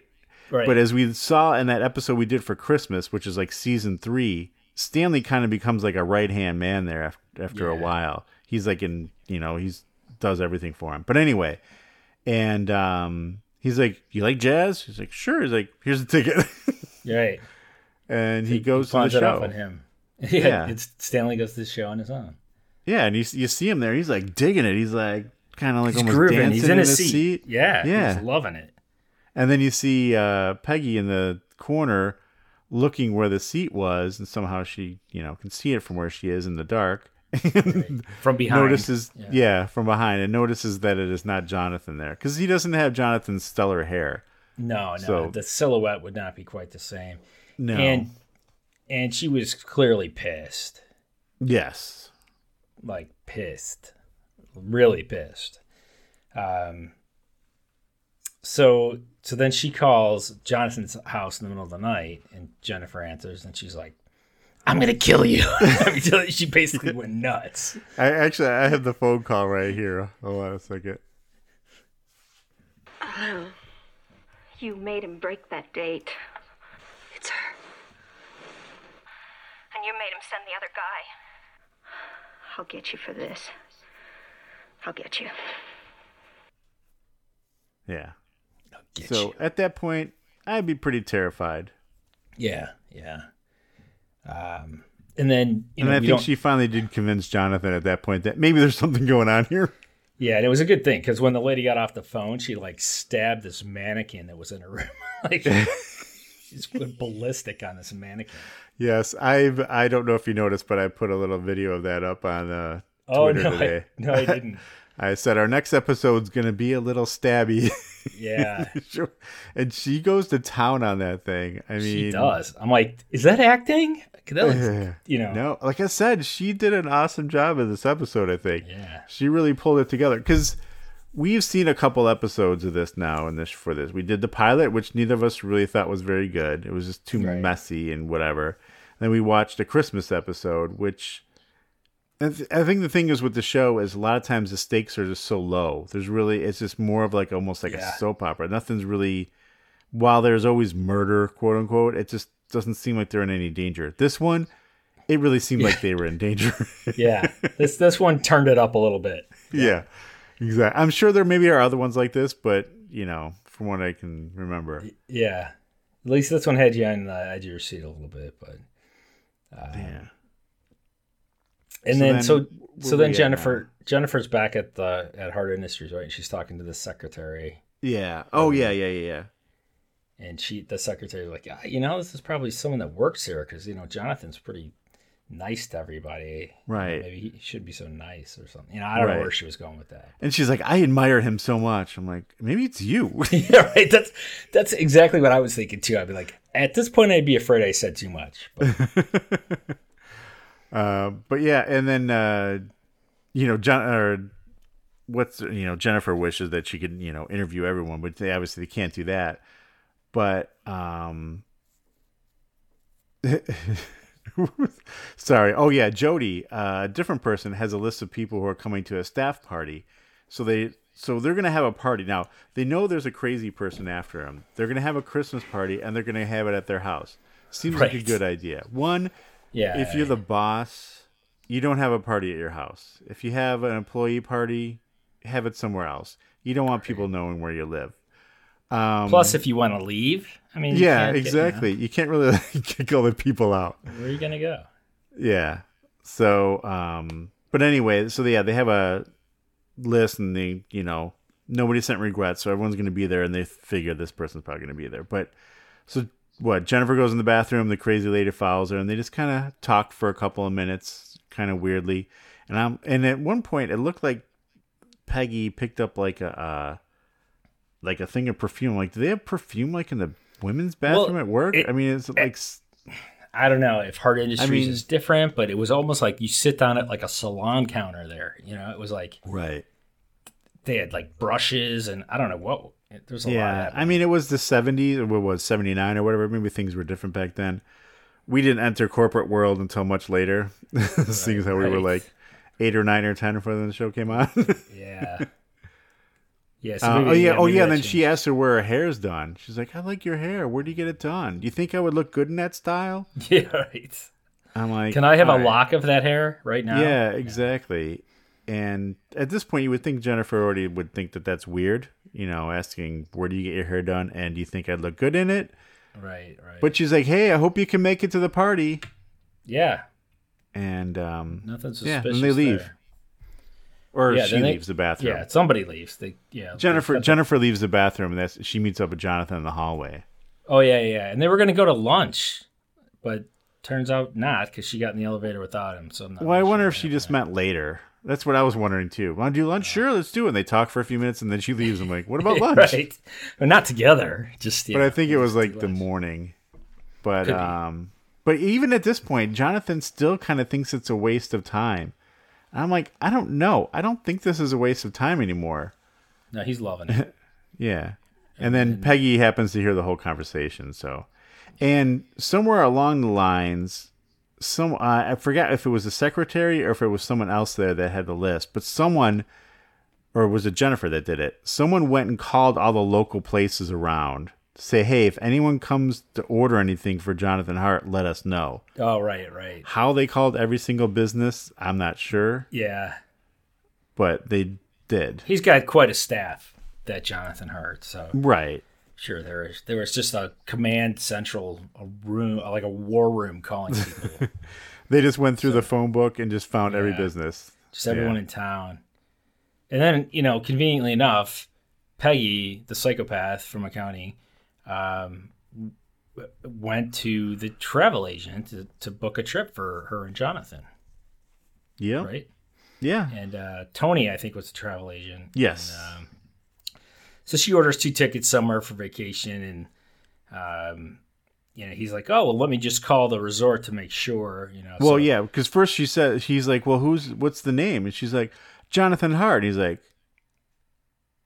[SPEAKER 6] right.
[SPEAKER 5] But as we saw in that episode we did for Christmas, which is like season three, Stanley kind of becomes like a right hand man there after, after a
[SPEAKER 6] Yeah.
[SPEAKER 5] while. He's like in, you know, he's does everything for him. But anyway, and um, he's like, "You like jazz?" He's like, "Sure." He's like, "Here's a ticket,"
[SPEAKER 6] You're right.
[SPEAKER 5] and he goes to the
[SPEAKER 6] Pawns it off
[SPEAKER 5] show.
[SPEAKER 6] on him. Yeah,
[SPEAKER 5] Yeah.
[SPEAKER 6] It's Stanley goes to the show on his own.
[SPEAKER 5] Yeah, and you you see him there. He's like digging it. He's like kind of like almost dancing
[SPEAKER 6] He's in, his
[SPEAKER 5] his
[SPEAKER 6] seat. Yeah, He's loving it.
[SPEAKER 5] And then you see uh, Peggy in the corner looking where the seat was, and somehow she, you know, can see it from where she is in the dark. And
[SPEAKER 6] From behind.
[SPEAKER 5] notices, yeah. from behind, and notices that it is not Jonathan there because he doesn't have Jonathan's stellar hair.
[SPEAKER 6] No, no.
[SPEAKER 5] So-
[SPEAKER 6] the silhouette would not be quite the same.
[SPEAKER 5] No.
[SPEAKER 6] And and she was clearly pissed.
[SPEAKER 5] yes.
[SPEAKER 6] Like pissed. Really pissed. Um so so then she calls Jonathan's house in the middle of the night and Jennifer answers and she's like I'm gonna kill you. I mean, so she basically went nuts.
[SPEAKER 5] I actually I have the phone call right here. Hold on a second.
[SPEAKER 3] You made him break that date. It's her. And you made him send the other guy. I'll get you for this. I'll get you.
[SPEAKER 5] Yeah.
[SPEAKER 6] Get
[SPEAKER 5] so
[SPEAKER 6] you.
[SPEAKER 5] at that point, I'd be pretty terrified.
[SPEAKER 6] yeah, yeah. Um, and then you
[SPEAKER 5] and
[SPEAKER 6] know,
[SPEAKER 5] I
[SPEAKER 6] you
[SPEAKER 5] think
[SPEAKER 6] don't-
[SPEAKER 5] she finally did convince Jonathan at that point that maybe there's something going on here.
[SPEAKER 6] Yeah, and it was a good thing because when the lady got off the phone, she like stabbed this mannequin that was in her room. like, she just went ballistic on this mannequin.
[SPEAKER 5] Yes, I've I don't know if you noticed, but I put a little video of that up on uh,
[SPEAKER 6] Oh
[SPEAKER 5] Twitter
[SPEAKER 6] no,
[SPEAKER 5] today.
[SPEAKER 6] I, no, I didn't.
[SPEAKER 5] I said our next episode's gonna be a little stabby,
[SPEAKER 6] Yeah,
[SPEAKER 5] and she goes to town on that thing. I mean,
[SPEAKER 6] she does. I'm like, is that acting? 'Cause That looks, you know,
[SPEAKER 5] No, like I said, she did an awesome job in this episode. I think.
[SPEAKER 6] Yeah.
[SPEAKER 5] She really pulled it together because we've seen a couple episodes of this now, and this for this we did the pilot, which neither of us really thought was very good. It was just too
[SPEAKER 6] Right.
[SPEAKER 5] messy and whatever. Then we watched a Christmas episode, which. I th- I think the thing is with the show is a lot of times the stakes are just so low. There's really it's just more of like almost like
[SPEAKER 6] Yeah.
[SPEAKER 5] a soap opera. Nothing's really while there's always murder, quote unquote, it just doesn't seem like they're in any danger. This one, it really seemed like they were in danger.
[SPEAKER 6] yeah. This this one turned it up a little bit.
[SPEAKER 5] yeah, exactly. I'm sure there maybe are other ones like this, but you know, from what I can remember,
[SPEAKER 6] Yeah, at least this one had you on the edge of your seat a little bit, but
[SPEAKER 5] yeah,
[SPEAKER 6] and
[SPEAKER 5] So
[SPEAKER 6] then,
[SPEAKER 5] then
[SPEAKER 6] so
[SPEAKER 5] where
[SPEAKER 6] so
[SPEAKER 5] we
[SPEAKER 6] then
[SPEAKER 5] at
[SPEAKER 6] Jennifer Jennifer's back at the at Hard Industries, right? And she's talking to the secretary.
[SPEAKER 5] yeah. Oh yeah, yeah, yeah, yeah.
[SPEAKER 6] And she, the secretary, like, "Ah, you know, this is probably someone that works here because you know Jonathan's pretty nice to everybody.
[SPEAKER 5] Right.
[SPEAKER 6] Maybe he should be so nice or something. You know, I don't know
[SPEAKER 5] Right.
[SPEAKER 6] where she was going with that.
[SPEAKER 5] And she's like, I admire him so much. I'm like, maybe it's you.
[SPEAKER 6] yeah, right. That's that's exactly what I was thinking too. I'd be like, at this point, I'd be afraid I said too much. But
[SPEAKER 5] Uh, but yeah, and then uh, you know, John or what's you know, Jennifer wishes that she could you know interview everyone, but they obviously they can't do that. But um, sorry. Oh yeah, Jody, uh, a different person, has a list of people who are coming to a staff party, so they. So they're gonna have a party now. They know there's a crazy person after them. They're gonna have a Christmas party and they're gonna have it at their house. Seems like a
[SPEAKER 6] Right.
[SPEAKER 5] good idea. One,
[SPEAKER 6] yeah,
[SPEAKER 5] if you're the boss, you don't have a party at your house. If you have an employee party, have it somewhere else. You don't want people knowing where you live. Um,
[SPEAKER 6] Plus, if you want to leave, I mean, you
[SPEAKER 5] yeah,
[SPEAKER 6] can't get- you know,
[SPEAKER 5] exactly. You can't really kick other people out.
[SPEAKER 6] where are you gonna go?
[SPEAKER 5] Yeah. So, um, but anyway, so yeah, they have a list and they, you know, nobody sent regrets, so everyone's going to be there and they figure this person's probably going to be there. But so what? Jennifer goes in the bathroom, the crazy lady follows her, and they just kind of talk for a couple of minutes, kind of weirdly. And I'm, and at one point, it looked like Peggy picked up like a, uh, like a thing of perfume. Like, do they have perfume like in the women's
[SPEAKER 6] Well,
[SPEAKER 5] bathroom at work?
[SPEAKER 6] it-
[SPEAKER 5] I mean, it's like s-
[SPEAKER 6] I don't know if Hard Industries
[SPEAKER 5] mean-
[SPEAKER 6] is different, but it was almost like you sit down at like a salon counter there. You know, it was like
[SPEAKER 5] right.
[SPEAKER 6] they had like brushes and I don't know what. There's a lot
[SPEAKER 5] Yeah,
[SPEAKER 6] of that.
[SPEAKER 5] I mean, it was the 70s, or what was 79 or whatever. Maybe things were different back then. We didn't enter corporate world until much later, seeing as how we were
[SPEAKER 6] right.
[SPEAKER 5] like eight or nine or ten before the show came on.
[SPEAKER 6] yeah. Yeah. so
[SPEAKER 5] Uh,
[SPEAKER 6] maybe-
[SPEAKER 5] oh yeah, oh
[SPEAKER 6] maybe
[SPEAKER 5] yeah.
[SPEAKER 6] that
[SPEAKER 5] And then she
[SPEAKER 6] changed.
[SPEAKER 5] asked her where her hair's done. She's like, "I like your hair. Where do you get it done? Do you think I would look good in that style?"
[SPEAKER 6] Yeah. Right.
[SPEAKER 5] I'm like,
[SPEAKER 6] Can I have a
[SPEAKER 5] "All right."
[SPEAKER 6] lock of that hair right now?
[SPEAKER 5] Yeah, exactly. And at this point, you would think Jennifer already would think that that's weird. You know, asking where do you get your hair done, and do you think I'd look good in it?
[SPEAKER 6] Right. Right.
[SPEAKER 5] But she's like, "Hey, I hope you can make it to the party."
[SPEAKER 6] yeah.
[SPEAKER 5] and um,
[SPEAKER 6] Nothing
[SPEAKER 5] yeah,
[SPEAKER 6] suspicious.
[SPEAKER 5] then they leave,
[SPEAKER 6] there.
[SPEAKER 5] or
[SPEAKER 6] Yeah,
[SPEAKER 5] she
[SPEAKER 6] then they-
[SPEAKER 5] leaves the bathroom.
[SPEAKER 6] Yeah. Somebody leaves. They yeah.
[SPEAKER 5] Jennifer
[SPEAKER 6] they-
[SPEAKER 5] Jennifer leaves the bathroom, and that's she meets up with Jonathan in the hallway.
[SPEAKER 6] Oh yeah, yeah, yeah. And they were gonna go to lunch, but turns out not because she got in the elevator without him. So I'm not.
[SPEAKER 5] Well, I
[SPEAKER 6] really
[SPEAKER 5] wonder
[SPEAKER 6] Oh, sure
[SPEAKER 5] if she
[SPEAKER 6] about
[SPEAKER 5] just meant later. That's what I was wondering too. Want to do lunch? Sure, let's do it. And they talk for a few minutes, and then she leaves. I'm like, what about
[SPEAKER 6] that.
[SPEAKER 5] lunch?
[SPEAKER 6] right. But not together. Just yeah.
[SPEAKER 5] But I think it was like the morning. But
[SPEAKER 6] Could be.
[SPEAKER 5] um, but even at this point, Jonathan still kind of thinks it's a waste of time. And I'm like, I don't know. I don't think this is a waste of time anymore.
[SPEAKER 6] no, he's loving it.
[SPEAKER 5] Yeah. And then Peggy happens to hear the whole conversation, so and somewhere along the lines some uh, I forgot if it was the secretary or if it was someone else there that had the list, but someone or was it Jennifer that did it? Someone went and called all the local places around to say, "Hey, if anyone comes to order anything for Jonathan Hart, let us know."
[SPEAKER 6] oh right, right.
[SPEAKER 5] How they called every single business, I'm not sure,
[SPEAKER 6] Yeah,
[SPEAKER 5] but they did.
[SPEAKER 6] he's got quite a staff. That Jonathan Hart. So
[SPEAKER 5] Right.
[SPEAKER 6] sure, there was there was just a command central a room, like a war room, calling people.
[SPEAKER 5] They just went through the phone book and just found every
[SPEAKER 6] Yeah.
[SPEAKER 5] business.
[SPEAKER 6] just everyone
[SPEAKER 5] Yeah.
[SPEAKER 6] in town. And then, you know, conveniently enough, Peggy, the psychopath from accounting, um, w- went to the travel agent to, to book a trip for her and Jonathan,
[SPEAKER 5] Yeah.
[SPEAKER 6] right?
[SPEAKER 5] Yeah.
[SPEAKER 6] And uh, Tony, I think, was the travel agent. um,
[SPEAKER 5] Yes.
[SPEAKER 6] So she orders two tickets somewhere for vacation, and um, you know, he's like, "Oh, well, let me just call the resort to make sure." You know.
[SPEAKER 5] well,
[SPEAKER 6] so-
[SPEAKER 5] yeah, because first she said she's like, "Well, who's what's the name?" And she's like, "Jonathan Hart." And he's like,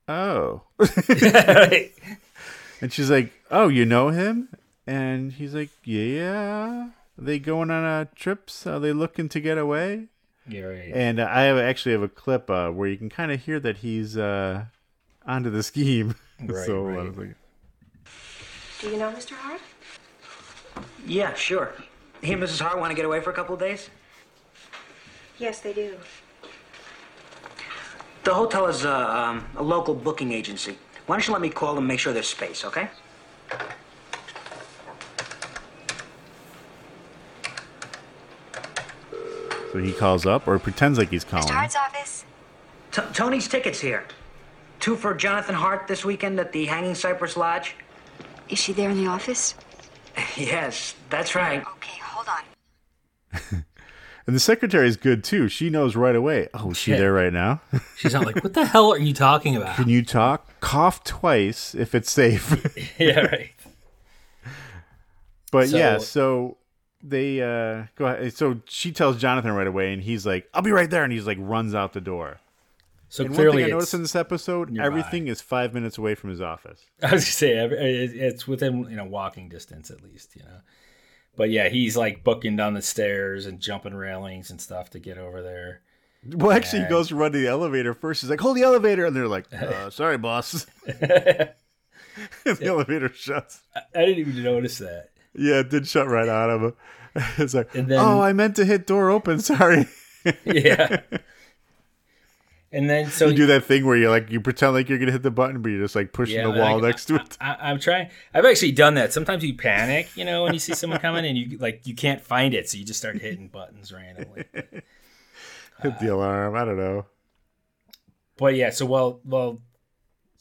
[SPEAKER 5] "Oh," and she's like, "Oh, you know him?" And he's like, "Yeah." They going on a trip? So they looking to get away?
[SPEAKER 6] Yeah, right.
[SPEAKER 5] And uh, I have actually have a clip uh, where you can kind of hear that he's uh, onto the scheme.
[SPEAKER 6] Right,
[SPEAKER 5] so uh, hold on
[SPEAKER 6] right.
[SPEAKER 5] a second.
[SPEAKER 9] Do you know Mr. Hart?
[SPEAKER 10] Yeah, sure. He and Mrs. Hart want to get away for a couple of days?
[SPEAKER 9] Yes, they do.
[SPEAKER 10] The hotel is a, um, a local booking agency. Why don't you let me call them and make sure there's space, okay?
[SPEAKER 5] So he calls up or pretends like he's calling.
[SPEAKER 9] Mr. Hart's office?
[SPEAKER 10] T- Tony's tickets here. Two for Jonathan Hart this weekend at the Hanging Cypress Lodge.
[SPEAKER 9] Is she there in the office?
[SPEAKER 10] Yes, that's right.
[SPEAKER 9] Okay, hold on.
[SPEAKER 5] And the secretary is good too. She knows right away. Oh, is she
[SPEAKER 6] Yeah.
[SPEAKER 5] there right now?
[SPEAKER 6] She's not like, "What the hell are you talking about?"
[SPEAKER 5] Can you talk? Cough twice if it's safe.
[SPEAKER 6] yeah, right.
[SPEAKER 5] but
[SPEAKER 6] So-
[SPEAKER 5] yeah, so they uh go ahead. So she tells Jonathan right away, and he's like, "I'll be right there," and he's like runs out the door.
[SPEAKER 6] So
[SPEAKER 5] and one
[SPEAKER 6] clearly,
[SPEAKER 5] thing I
[SPEAKER 6] it's-
[SPEAKER 5] noticed in this episode,
[SPEAKER 6] nearby.
[SPEAKER 5] everything is five minutes away from his office.
[SPEAKER 6] I was gonna say every- it- it's within you know walking distance at least, you know. But yeah, he's like booking down the stairs and jumping railings and stuff to get over there.
[SPEAKER 5] Well, actually, he goes to run to the elevator first. He's like, "Hold the elevator," and they're like, uh, "Sorry, boss." and the elevator shuts.
[SPEAKER 6] I didn't even notice that.
[SPEAKER 5] Yeah, it did shut right on him. it's like,
[SPEAKER 6] And then-
[SPEAKER 5] "Oh, I meant to hit door open. Sorry."
[SPEAKER 6] Yeah. And then so
[SPEAKER 5] you do that thing where you like you pretend like you're gonna hit the button, but you're just like pushing the
[SPEAKER 6] like,
[SPEAKER 5] wall
[SPEAKER 6] I-
[SPEAKER 5] next to it.
[SPEAKER 6] I, I'm trying. I've actually done that. Sometimes you panic, you know, when you see someone coming and you like you can't find it, so you just start hitting buttons randomly.
[SPEAKER 5] Hit the alarm. I don't know.
[SPEAKER 6] But yeah, so while while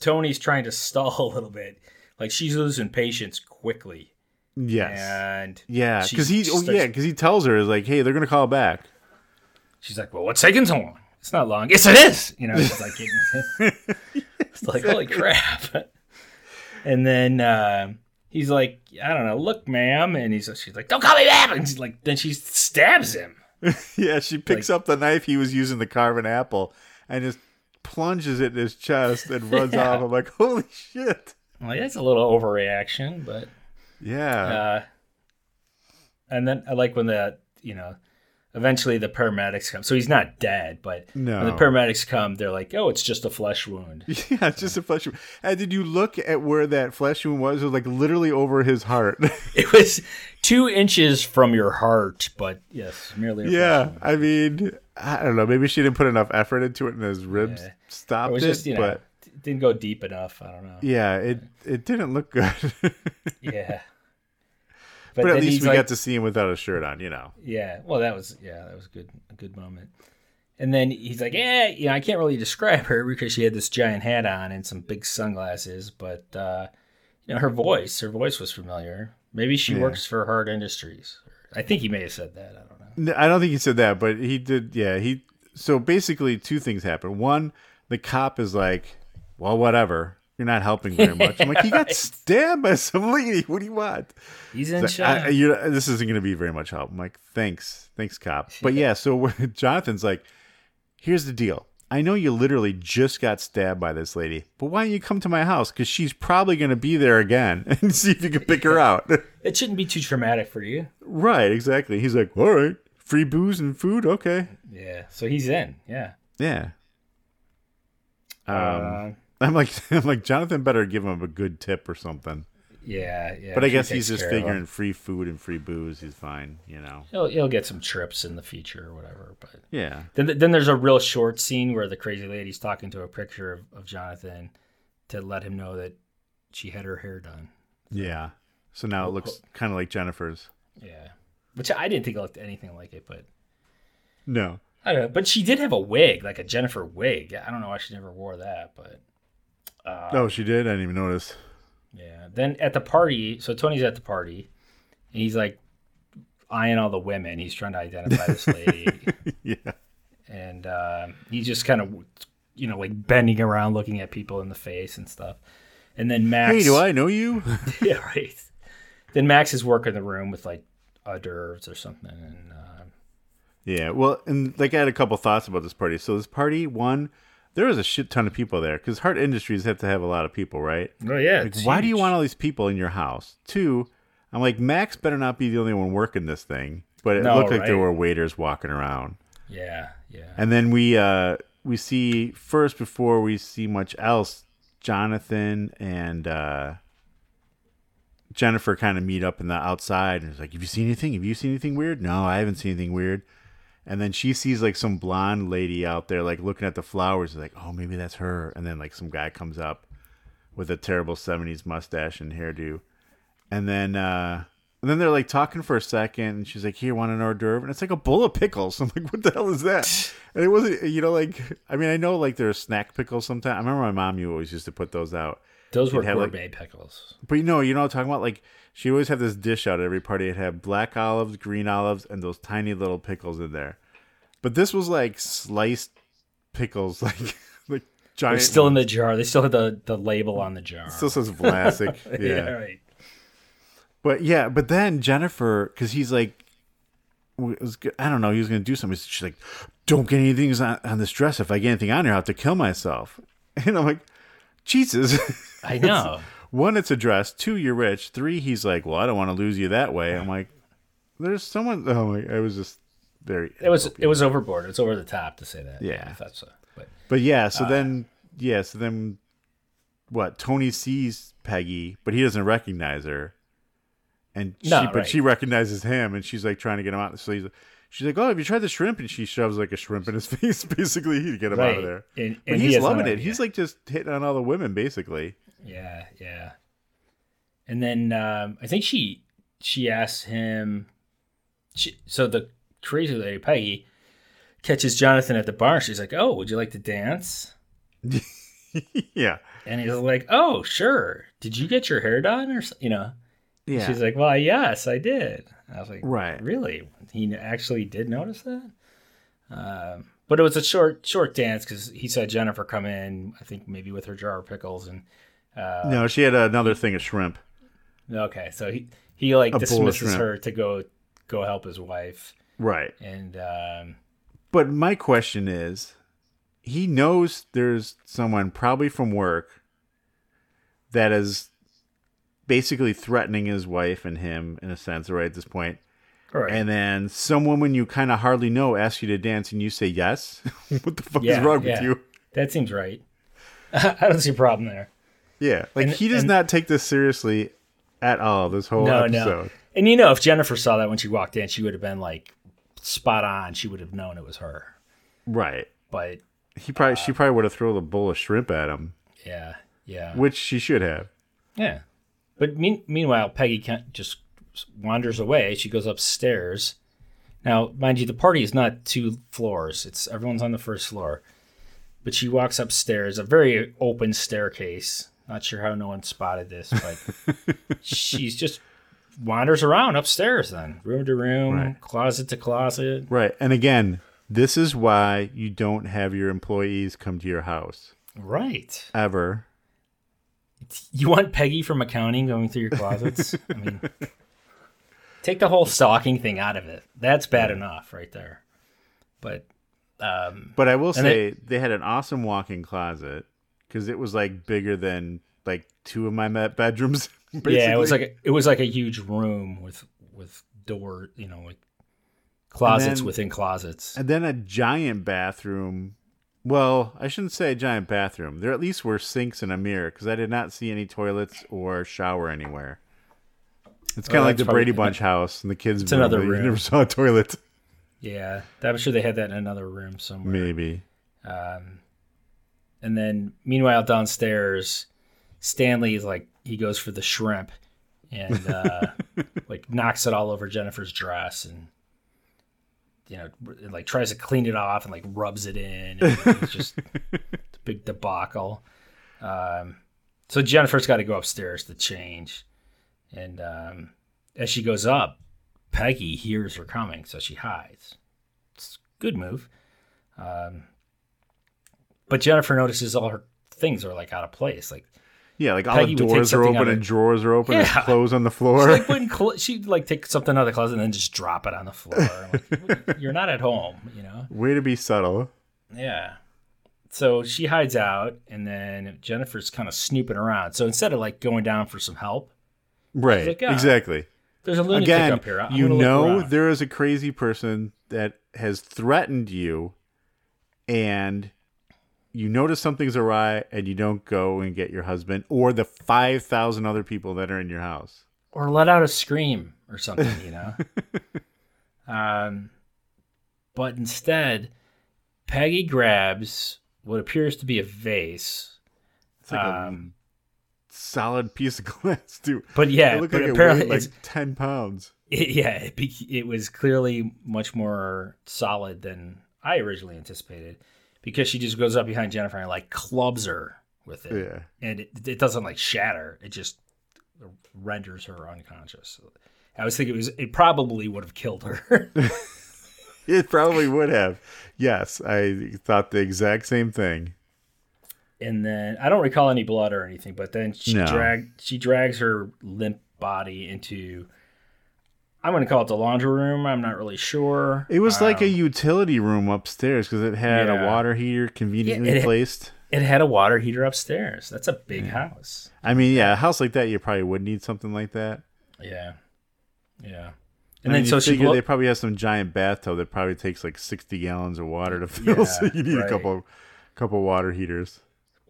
[SPEAKER 6] Tony's trying to stall a little bit, like she's losing patience quickly,
[SPEAKER 5] Yes.
[SPEAKER 6] and
[SPEAKER 5] yeah,
[SPEAKER 6] she-
[SPEAKER 5] because he.
[SPEAKER 6] she
[SPEAKER 5] Oh,
[SPEAKER 6] starts-
[SPEAKER 5] yeah, because he tells her is like, hey, they're gonna call back.
[SPEAKER 6] she's like, "Well, what's taking so long? It's not long. Yes, it is." You know, it's like getting, it's like holy crap. And then uh, he's like, "I don't know, look, ma'am," and he's she's like, "Don't call me ma'am," and she's like, then she stabs him.
[SPEAKER 5] Yeah, she picks up the knife he was using to carve an apple and just plunges it in his chest and runs off. I'm like, holy shit.
[SPEAKER 6] I'm like, that's a little overreaction, but
[SPEAKER 5] Yeah.
[SPEAKER 6] uh, and then I like when the you know eventually the paramedics come. So he's not dead, but
[SPEAKER 5] No.
[SPEAKER 6] when the paramedics come, they're like, "Oh, it's just a flesh wound."
[SPEAKER 5] yeah, it's just a flesh wound. And did you look at where that flesh wound was? It was like literally over his heart.
[SPEAKER 6] it was two inches from your heart, but yes, merely. A flesh
[SPEAKER 5] yeah.
[SPEAKER 6] wound.
[SPEAKER 5] I mean, I don't know. Maybe she didn't put enough effort into it and his ribs
[SPEAKER 6] Yeah.
[SPEAKER 5] stopped
[SPEAKER 6] it was
[SPEAKER 5] it.
[SPEAKER 6] just you know
[SPEAKER 5] but
[SPEAKER 6] d- didn't go deep enough. I don't know.
[SPEAKER 5] yeah, it, it didn't look good. but,
[SPEAKER 6] Yeah.
[SPEAKER 5] at
[SPEAKER 6] then
[SPEAKER 5] least
[SPEAKER 6] he's
[SPEAKER 5] we
[SPEAKER 6] like-
[SPEAKER 5] got to see him without a shirt on, you know.
[SPEAKER 6] Yeah. Well, that was yeah, that was a good a good moment. And then he's like, "Yeah, you know, I can't really describe her because she had this giant hat on and some big sunglasses, but uh, you know, her voice, her voice was familiar. Maybe she works for Hard Industries. I think he may have said that. I don't know.
[SPEAKER 5] No, I don't think he said that, but he did. Yeah, he. So basically, two things happen. One, the cop is like, "Well, whatever. You're not helping very much." I'm like, "He got stabbed by some lady. What do you want?"
[SPEAKER 6] He's in
[SPEAKER 5] He's like,
[SPEAKER 6] shock.
[SPEAKER 5] I, you this isn't going to be very much help. I'm like, "Thanks, thanks, cop." But yeah, so when Jonathan's like, "Here's the deal. I know you literally just got stabbed by this lady, but why don't you come to my house? Because she's probably going to be there again, and see if you can pick her out."
[SPEAKER 6] it shouldn't be too traumatic for you.
[SPEAKER 5] right? Exactly. He's like, "All right, free booze and food. Okay."
[SPEAKER 6] Yeah. So he's in. Yeah.
[SPEAKER 5] Yeah. Um,
[SPEAKER 6] Uh,
[SPEAKER 5] I'm like, I'm like, Jonathan better give him a good tip or something.
[SPEAKER 6] yeah. Yeah.
[SPEAKER 5] But I
[SPEAKER 6] she
[SPEAKER 5] guess he's just
[SPEAKER 6] takes care of him.
[SPEAKER 5] figuring free food and free booze. He's fine, you know.
[SPEAKER 6] he'll he'll get some trips in the future or whatever. But
[SPEAKER 5] Yeah.
[SPEAKER 6] Then, then there's a real short scene where the crazy lady's talking to a picture of, of Jonathan to let him know that she had her hair done.
[SPEAKER 5] Yeah. So now it looks kind of like Jennifer's.
[SPEAKER 6] Yeah, which I didn't think it looked anything like it, but
[SPEAKER 5] No.
[SPEAKER 6] I don't know. But she did have a wig, like a Jennifer wig. I don't know why she never wore that, but
[SPEAKER 5] oh, she did. I didn't even notice.
[SPEAKER 6] yeah. Then at the party, so Tony's at the party, and he's like eyeing all the women. He's trying to identify this lady.
[SPEAKER 5] Yeah.
[SPEAKER 6] and um he's just kind of you know like bending around looking at people in the face and stuff and then max
[SPEAKER 5] Hey, do I know you?
[SPEAKER 6] yeah right then max is working the room with like hors d'oeuvres or something and uh,
[SPEAKER 5] yeah. Well, and like I had a couple thoughts about this party. So this party, one, there was a shit ton of people there because Heart Industries have to have a lot of people, right?
[SPEAKER 6] oh yeah
[SPEAKER 5] Like, why do you want all these people in your house? Two, I'm like, Max better not be the only one working this thing. But it
[SPEAKER 6] No,
[SPEAKER 5] looked like there
[SPEAKER 6] right.
[SPEAKER 5] were waiters walking around.
[SPEAKER 6] yeah yeah
[SPEAKER 5] And then we uh we see first before we see much else, Jonathan and uh Jennifer kind of meet up in the outside and it's like, Have you seen anything? Have you seen anything weird? No, I haven't seen anything weird. And then she sees like some blonde lady out there like looking at the flowers, like, oh maybe that's her. And then like some guy comes up with a terrible seventies mustache and hairdo. And then uh and then they're like talking for a second, and she's like, "Here, want an hors d'oeuvre?" And it's like a bowl of pickles. I'm like, "What the hell is that?" And it wasn't, you know, like I mean, I know like there are snack pickles sometimes. I remember my mom you always used to put those out,
[SPEAKER 6] those were
[SPEAKER 5] You'd have, like-
[SPEAKER 6] gourmet pickles
[SPEAKER 5] but you know, you know what I'm talking about. Like she always had this dish out at every party. It had black olives, green olives, and those tiny little pickles in there. But this was like sliced pickles, like like
[SPEAKER 6] they're
[SPEAKER 5] giant.
[SPEAKER 6] still in the jar they still had the, the label on the jar
[SPEAKER 5] still says Vlasic.
[SPEAKER 6] yeah right
[SPEAKER 5] But yeah, but then Jennifer, because he's like, w- was g- I don't know, he was gonna do something. She's like, "Don't get anything on, on this dress. If I get anything on here, I will have to kill myself." And I'm like, Jesus.
[SPEAKER 6] i know
[SPEAKER 5] One, it's a dress. Two, you're rich. Three, he's like, "Well, I don't want to lose you that way." I'm like, "There's someone." Oh my, I was just very.
[SPEAKER 6] it was it was overboard it was over the top to say that
[SPEAKER 5] Yeah.
[SPEAKER 6] i thought so but
[SPEAKER 5] But yeah,
[SPEAKER 6] Uh,
[SPEAKER 5] so then yeah, so then what? Tony sees Peggy, but he doesn't recognize her, and she,
[SPEAKER 6] No,
[SPEAKER 5] but
[SPEAKER 6] right.
[SPEAKER 5] she recognizes him, and she's like trying to get him out. So he's She's like, "Oh, have you tried the shrimp?" And she shoves like a shrimp in his face, basically, to get him out of
[SPEAKER 6] Right.
[SPEAKER 5] there.
[SPEAKER 6] And-
[SPEAKER 5] but
[SPEAKER 6] and he
[SPEAKER 5] he's
[SPEAKER 6] has no
[SPEAKER 5] loving it.
[SPEAKER 6] idea.
[SPEAKER 5] He's like just hitting on all the women, basically.
[SPEAKER 6] Yeah, yeah. And then um, I think she she asks him. She, so the crazy lady Peggy catches Jonathan at the bar. She's like, "Oh, would you like to dance?"
[SPEAKER 5] yeah,
[SPEAKER 6] And he's like, "Oh, sure. Did you get your hair done or so-" you know?"
[SPEAKER 5] yeah.
[SPEAKER 6] She's like, "Well, yes, I did." I was like,
[SPEAKER 5] Right.
[SPEAKER 6] really? He actually did notice that." Um, but it was a short short dance because he saw Jennifer come in. I think maybe with her jar of pickles and
[SPEAKER 5] no, she had another thing of shrimp.
[SPEAKER 6] Okay, so he he
[SPEAKER 5] A
[SPEAKER 6] like
[SPEAKER 5] bowl of
[SPEAKER 6] dismisses
[SPEAKER 5] shrimp.
[SPEAKER 6] her to go go help his wife,
[SPEAKER 5] Right.
[SPEAKER 6] and um,
[SPEAKER 5] But my question is, he knows there's someone probably from work that is basically threatening his wife and him in a sense, right at this point. And then some woman you kind of hardly know asks you to dance, and you say yes. what the fuck
[SPEAKER 6] Yeah,
[SPEAKER 5] is wrong
[SPEAKER 6] yeah.
[SPEAKER 5] with you?
[SPEAKER 6] that seems right. I don't see a problem there.
[SPEAKER 5] Yeah, like
[SPEAKER 6] And-
[SPEAKER 5] he does
[SPEAKER 6] and-
[SPEAKER 5] not take this seriously at all. This whole
[SPEAKER 6] no,
[SPEAKER 5] episode.
[SPEAKER 6] no. And you know, if Jennifer saw that when she walked in, she would have been like spot on. She would have known it was her.
[SPEAKER 5] Right.
[SPEAKER 6] But
[SPEAKER 5] He probably she
[SPEAKER 6] Uh,
[SPEAKER 5] probably would have thrown a bowl of shrimp at him,
[SPEAKER 6] yeah, yeah,
[SPEAKER 5] which she should have.
[SPEAKER 6] yeah. But mean, meanwhile, Peggy can't just wanders away. She goes upstairs. Now, mind you, the party is not two floors. It's everyone's on the first floor. But she walks upstairs, a very open staircase. Not sure how no one spotted this, but she's just wanders around upstairs then, room to room,
[SPEAKER 5] Right.
[SPEAKER 6] closet to closet.
[SPEAKER 5] Right. And again, this is why you don't have your employees come to your house
[SPEAKER 6] Right.
[SPEAKER 5] ever.
[SPEAKER 6] You want Peggy from accounting going through your closets? I mean, take the whole stalking thing out of it. That's bad enough right there. But um,
[SPEAKER 5] But I will
[SPEAKER 6] And
[SPEAKER 5] say they, had an awesome walk-in closet because it was like bigger than like two of my ma- bedrooms.
[SPEAKER 6] Yeah, it was
[SPEAKER 5] basically.
[SPEAKER 6] like a, it was like a huge room with with door, you know, like closets
[SPEAKER 5] then-
[SPEAKER 6] within closets.
[SPEAKER 5] and then a giant bathroom. Well, I shouldn't say a giant bathroom. There at least were sinks and a mirror because I did not see any toilets or shower anywhere. It's kind of
[SPEAKER 6] Oh,
[SPEAKER 5] like
[SPEAKER 6] that's
[SPEAKER 5] the
[SPEAKER 6] probably-
[SPEAKER 5] Brady Bunch house and the kids'
[SPEAKER 6] It's another
[SPEAKER 5] where You
[SPEAKER 6] room.
[SPEAKER 5] never saw a toilet,
[SPEAKER 6] Yeah, I'm sure they had that in another room somewhere.
[SPEAKER 5] maybe.
[SPEAKER 6] Um, and then meanwhile downstairs, Stanley is like he goes for the shrimp and uh, like knocks it all over Jennifer's dress and you know and, like tries to clean it off and like rubs it in. And it's just a big debacle. Um, so Jennifer's got to go upstairs to change, and um, as she goes up, Peggy hears her coming, so she hides. It's a good move. Um, but Jennifer notices all her things are like out of place. Like
[SPEAKER 5] Yeah, like all
[SPEAKER 6] Peggy
[SPEAKER 5] the
[SPEAKER 6] would take
[SPEAKER 5] doors are
[SPEAKER 6] something out
[SPEAKER 5] open
[SPEAKER 6] of-
[SPEAKER 5] and drawers are open. There's
[SPEAKER 6] Yeah.
[SPEAKER 5] clothes on the
[SPEAKER 6] she
[SPEAKER 5] floor.
[SPEAKER 6] like wouldn't cl- she'd like take something out of the closet and then just drop it on the floor. I'm like, You're not at home, you know.
[SPEAKER 5] Way to be subtle.
[SPEAKER 6] Yeah. So she hides out, and then Jennifer's kind of snooping around. So instead of like going down for some help,
[SPEAKER 5] Right.
[SPEAKER 6] like, "Ah,
[SPEAKER 5] exactly.
[SPEAKER 6] there's a lunatic
[SPEAKER 5] Again,
[SPEAKER 6] up here. I- I'm
[SPEAKER 5] you
[SPEAKER 6] gonna look
[SPEAKER 5] know
[SPEAKER 6] around."
[SPEAKER 5] there is a crazy person that has threatened you and you notice something's awry and you don't go and get your husband or the 5,000 other people that are in your house.
[SPEAKER 6] or let out a scream or something, you know. um, but instead, Peggy grabs what appears to be a vase.
[SPEAKER 5] It's like
[SPEAKER 6] Um,
[SPEAKER 5] a solid piece of glass, too.
[SPEAKER 6] But yeah,
[SPEAKER 5] it looked
[SPEAKER 6] but
[SPEAKER 5] like
[SPEAKER 6] apparently
[SPEAKER 5] it weighed
[SPEAKER 6] it's-
[SPEAKER 5] like 10 pounds.
[SPEAKER 6] It, yeah, it, be, it was clearly much more solid than I originally anticipated because she just goes up behind Jennifer and like clubs her with it.
[SPEAKER 5] Yeah.
[SPEAKER 6] And it, it doesn't like shatter, it just renders her unconscious. I was thinking it was it probably would have killed her.
[SPEAKER 5] It probably would have. Yes, I thought the exact same thing.
[SPEAKER 6] and then I don't recall any blood or anything, but then she
[SPEAKER 5] No.
[SPEAKER 6] drag she drags her limp body into I'm going to call it the laundry room. I'm not really sure.
[SPEAKER 5] It was like a
[SPEAKER 6] Um,
[SPEAKER 5] utility room upstairs because it had
[SPEAKER 6] Yeah.
[SPEAKER 5] a water heater conveniently
[SPEAKER 6] it-
[SPEAKER 5] placed.
[SPEAKER 6] It had a water heater upstairs. That's a big house.
[SPEAKER 5] I mean, yeah, a house like that, you probably would need something like that.
[SPEAKER 6] Yeah, yeah.
[SPEAKER 5] And I
[SPEAKER 6] And then
[SPEAKER 5] mean,
[SPEAKER 6] so
[SPEAKER 5] you
[SPEAKER 6] she
[SPEAKER 5] figure
[SPEAKER 6] blo-
[SPEAKER 5] they probably have some giant bathtub that probably takes like sixty gallons of water to fill. so
[SPEAKER 6] Yeah,
[SPEAKER 5] you need a
[SPEAKER 6] right.
[SPEAKER 5] couple, couple water heaters.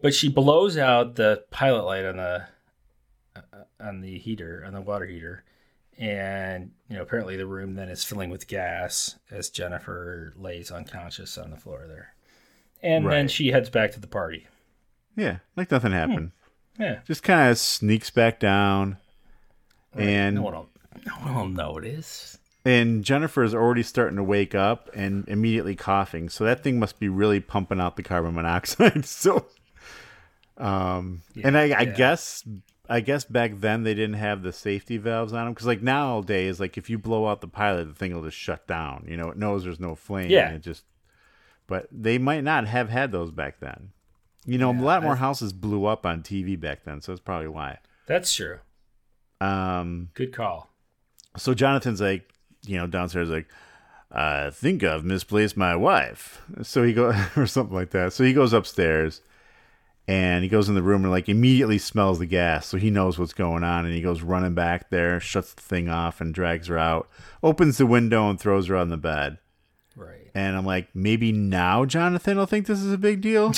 [SPEAKER 6] but she blows out the pilot light on the uh, on the heater on the water heater, and you know apparently the room then is filling with gas as Jennifer lays unconscious on the floor there, and then
[SPEAKER 5] Right.
[SPEAKER 6] she heads back to the party.
[SPEAKER 5] Yeah, like nothing happened.
[SPEAKER 6] Hmm. Yeah,
[SPEAKER 5] Just kind of sneaks back down, and
[SPEAKER 6] no one will, no one will notice.
[SPEAKER 5] and Jennifer is already starting to wake up and immediately coughing. So that thing must be really pumping out the carbon monoxide. so, um, and I, I guess I guess back then they didn't have the safety valves on them because like nowadays, like if you blow out the pilot, the thing will just shut down. You know, it knows there's no flame.
[SPEAKER 6] Yeah.
[SPEAKER 5] and it just. But they might not have had those back then. You know, a lot more houses blew up on TV back then, so that's probably why.
[SPEAKER 6] That's true.
[SPEAKER 5] Um,
[SPEAKER 6] Good call.
[SPEAKER 5] so Jonathan's like, you know, downstairs like, I think I've misplaced my wife. So he go or something like that. So he goes upstairs and he goes in the room and like immediately smells the gas. So he knows what's going on and he goes running back there, shuts the thing off and drags her out, opens the window and throws her on the bed.
[SPEAKER 6] Right.
[SPEAKER 5] And I'm like, maybe now Jonathan will think this is a big deal.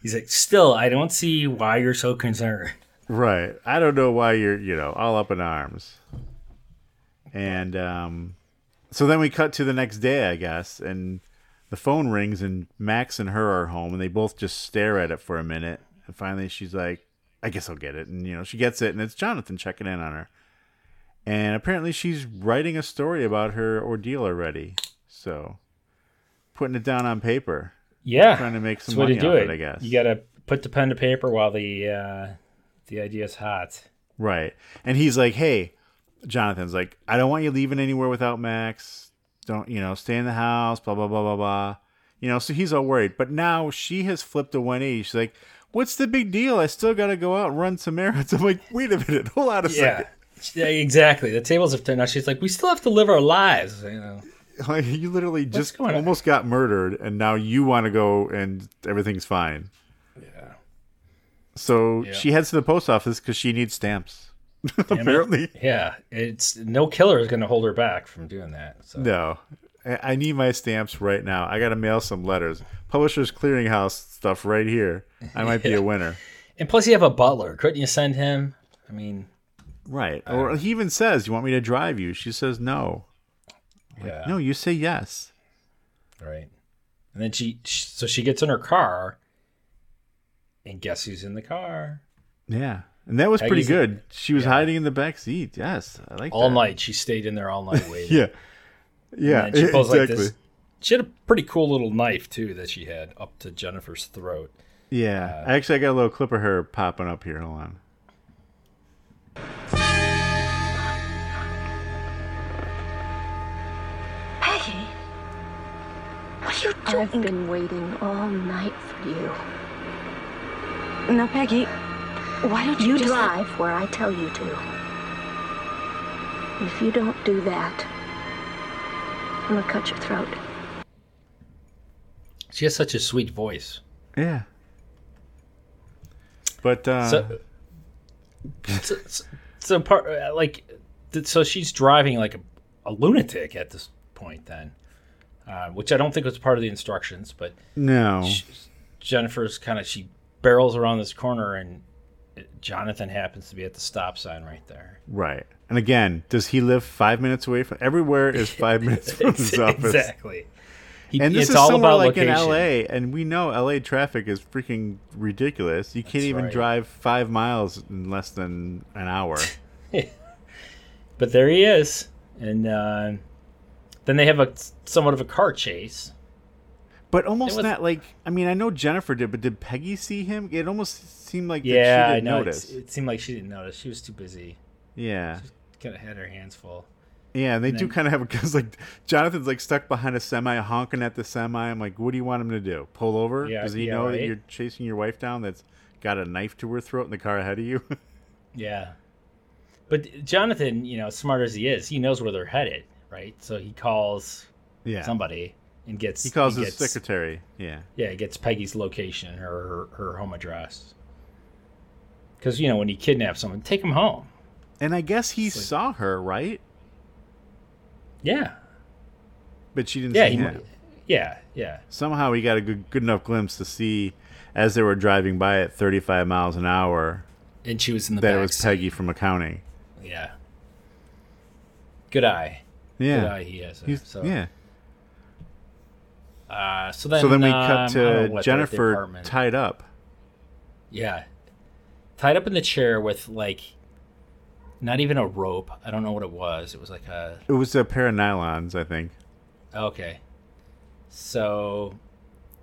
[SPEAKER 6] He's like, still, I don't see why you're so concerned.
[SPEAKER 5] Right. I don't know why you're, you know, all up in arms. And um, so then we cut to the next day, I guess, and the phone rings, and Max and her are home, and they both just stare at it for a minute. And finally, she's like, I guess I'll get it. And, you know, she gets it, and it's Jonathan checking in on her. And apparently, she's writing a story about her ordeal already. So putting it down on paper.
[SPEAKER 6] Yeah,
[SPEAKER 5] Trying to make some
[SPEAKER 6] that's the way
[SPEAKER 5] money
[SPEAKER 6] to do
[SPEAKER 5] off
[SPEAKER 6] it.
[SPEAKER 5] it, I guess.
[SPEAKER 6] you gotta put the pen to paper while the uh, the idea's hot.
[SPEAKER 5] Right. And he's like, hey, Jonathan's like, I don't want you leaving anywhere without Max. Don't, you know, stay in the house, blah, blah, blah, blah, blah. You know, so he's all worried. But now she has flipped a 180. She's like, what's the big deal? I still got to go out and run some errands. I'm like, wait a minute. Hold on a
[SPEAKER 6] Yeah, Yeah, exactly. The tables have turned. Now she's like, we still have to live our lives. You know,
[SPEAKER 5] second. Like, you literally just
[SPEAKER 6] going on?
[SPEAKER 5] almost got murdered, and now you want to go and everything's fine.
[SPEAKER 6] Yeah.
[SPEAKER 5] So
[SPEAKER 6] Yeah.
[SPEAKER 5] she heads to the post office because she needs stamps. Apparently.
[SPEAKER 6] yeah. It's no killer is gonna hold her back from doing that. So
[SPEAKER 5] No, I I need my stamps right now. I gotta mail some letters. Publishers Clearinghouse stuff right here. I might be a winner.
[SPEAKER 6] and plus you have a butler. Couldn't you send him? I mean,
[SPEAKER 5] Right. Or he even says, "You want me to drive you?" She says, "No."
[SPEAKER 6] yeah,
[SPEAKER 5] No, you say yes.
[SPEAKER 6] right. And then she, sh so she gets in her car, and guess who's in the car?
[SPEAKER 5] Yeah, and that was pretty
[SPEAKER 6] Peggy's-
[SPEAKER 5] good. She was hiding in the back seat. Yes, I like
[SPEAKER 6] All
[SPEAKER 5] that.
[SPEAKER 6] night she stayed in there all night waiting.
[SPEAKER 5] Yeah, yeah, e-
[SPEAKER 6] And then she pulls like
[SPEAKER 5] exactly.
[SPEAKER 6] this. She had a pretty cool little knife too that she had up to Jennifer's throat.
[SPEAKER 5] Yeah, actually, I got a little clip of her popping up here. Hold on.
[SPEAKER 3] Peggy! What are you doing? I've been waiting all night for you.
[SPEAKER 9] No, Peggy. Why don't you,
[SPEAKER 3] You
[SPEAKER 9] just
[SPEAKER 3] drive where I tell you to. If you don't do that, I'm gonna cut your throat.
[SPEAKER 6] She has such a sweet voice.
[SPEAKER 5] Yeah. But uh,
[SPEAKER 6] So, so, so, so part uh, like, th- so she's driving like a, a lunatic at this point then, uh, which I don't think was part of the instructions. But
[SPEAKER 5] no,
[SPEAKER 6] Jennifer's kind of she barrels around this corner and uh, Jonathan happens to be at the stop sign right there.
[SPEAKER 5] Right. And again, does he live five minutes away from everywhere is five minutes from his office.
[SPEAKER 6] exactly. He,
[SPEAKER 5] And this
[SPEAKER 6] it's
[SPEAKER 5] is
[SPEAKER 6] all
[SPEAKER 5] somewhere
[SPEAKER 6] about
[SPEAKER 5] like in
[SPEAKER 6] location.
[SPEAKER 5] LA, and we know LA traffic is freaking ridiculous. You can't
[SPEAKER 6] That's
[SPEAKER 5] even
[SPEAKER 6] right.
[SPEAKER 5] drive five miles in less than an hour.
[SPEAKER 6] But there he is, and uh, then they have a somewhat of a car chase.
[SPEAKER 5] But almost
[SPEAKER 6] It was-
[SPEAKER 5] not like I mean, I know Jennifer did, but did Peggy see him? It almost seemed like that
[SPEAKER 6] Yeah,
[SPEAKER 5] she
[SPEAKER 6] I
[SPEAKER 5] didn't
[SPEAKER 6] know.
[SPEAKER 5] notice.
[SPEAKER 6] It's- It seemed like she didn't notice. She was too busy.
[SPEAKER 5] yeah.
[SPEAKER 6] Kind of had her hands full.
[SPEAKER 5] Yeah, and they do
[SPEAKER 6] then-
[SPEAKER 5] kind of have a because like Jonathan's like stuck behind a semi, honking at the semi. I'm like, what do you want him to do? Pull over?
[SPEAKER 6] Yeah,
[SPEAKER 5] Does he
[SPEAKER 6] yeah,
[SPEAKER 5] know that
[SPEAKER 6] right.
[SPEAKER 5] you're chasing your wife down? That's got a knife to her throat in the car ahead of you.
[SPEAKER 6] Yeah. But Jonathan, you know, smart as he is, he knows where they're headed, right? So he calls
[SPEAKER 5] yeah,
[SPEAKER 6] somebody and gets
[SPEAKER 5] he calls his
[SPEAKER 6] gets-
[SPEAKER 5] secretary. Yeah,
[SPEAKER 6] Yeah, he gets Peggy's location, her her, her home address. Because you know, when you kidnap someone, take them home.
[SPEAKER 5] and I guess he saw her right,
[SPEAKER 6] Yeah.
[SPEAKER 5] but she didn't
[SPEAKER 6] Yeah.
[SPEAKER 5] see
[SPEAKER 6] He,
[SPEAKER 5] him.
[SPEAKER 6] yeah. Yeah.
[SPEAKER 5] Somehow he got a good, good enough glimpse to see as they were driving by at 35 miles an hour
[SPEAKER 6] And she was in the
[SPEAKER 5] that
[SPEAKER 6] back
[SPEAKER 5] it was
[SPEAKER 6] seat.
[SPEAKER 5] Peggy from accounting.
[SPEAKER 6] Yeah. Good eye.
[SPEAKER 5] Yeah.
[SPEAKER 6] Good eye he has.
[SPEAKER 5] He's-
[SPEAKER 6] so,
[SPEAKER 5] yeah.
[SPEAKER 6] uh, so then,
[SPEAKER 5] so then we
[SPEAKER 6] um,
[SPEAKER 5] cut
[SPEAKER 6] I
[SPEAKER 5] to
[SPEAKER 6] don't know what, they're at the
[SPEAKER 5] Jennifer
[SPEAKER 6] apartment.
[SPEAKER 5] tied up.
[SPEAKER 6] Yeah. Tied up in the chair with like not even a rope. I don't know what it was. It was like a
[SPEAKER 5] It was a pair of nylons, I think.
[SPEAKER 6] okay. So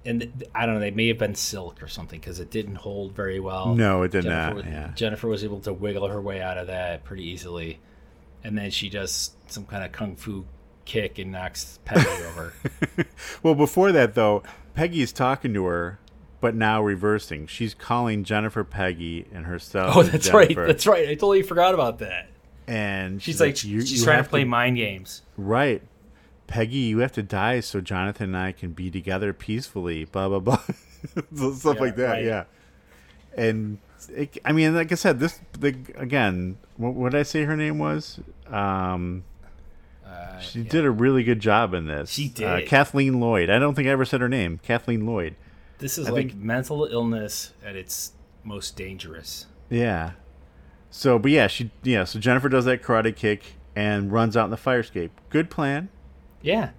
[SPEAKER 6] and th- I don't know, they may have been silk or something cuz it didn't hold very well.
[SPEAKER 5] No, it did not,
[SPEAKER 6] Was,
[SPEAKER 5] yeah.
[SPEAKER 6] Jennifer was able to wiggle her way out of that pretty easily. And then she does some kind of kung fu kick and knocks Peggy over.
[SPEAKER 5] Well, before that though, Peggy's talking to her, but now reversing. She's calling Jennifer Peggy and herself.
[SPEAKER 6] Oh,
[SPEAKER 5] is
[SPEAKER 6] that's
[SPEAKER 5] Jennifer.
[SPEAKER 6] right. That's right. I totally forgot about that.
[SPEAKER 5] And
[SPEAKER 6] She's like,
[SPEAKER 5] "You-
[SPEAKER 6] she's
[SPEAKER 5] you
[SPEAKER 6] trying
[SPEAKER 5] have
[SPEAKER 6] to play mind games.
[SPEAKER 5] Right. Peggy, you have to die so Jonathan and I can be together peacefully, blah, blah, blah. So Stuff
[SPEAKER 6] Yeah,
[SPEAKER 5] like that,
[SPEAKER 6] right.
[SPEAKER 5] yeah. And, it, I mean, like I said, this, the, again, what, what did I say her name was? Um, she did a really good job in this.
[SPEAKER 6] Uh, She
[SPEAKER 5] Uh,
[SPEAKER 6] did.
[SPEAKER 5] Kathleen Lloyd. I don't think I ever said her name. Kathleen Lloyd.
[SPEAKER 6] This is
[SPEAKER 5] I
[SPEAKER 6] like
[SPEAKER 5] think-
[SPEAKER 6] mental illness at its most dangerous.
[SPEAKER 5] Yeah. So, but yeah, she, yeah, so Jennifer does that karate kick and runs out in the fire escape. Good plan,
[SPEAKER 6] Yeah.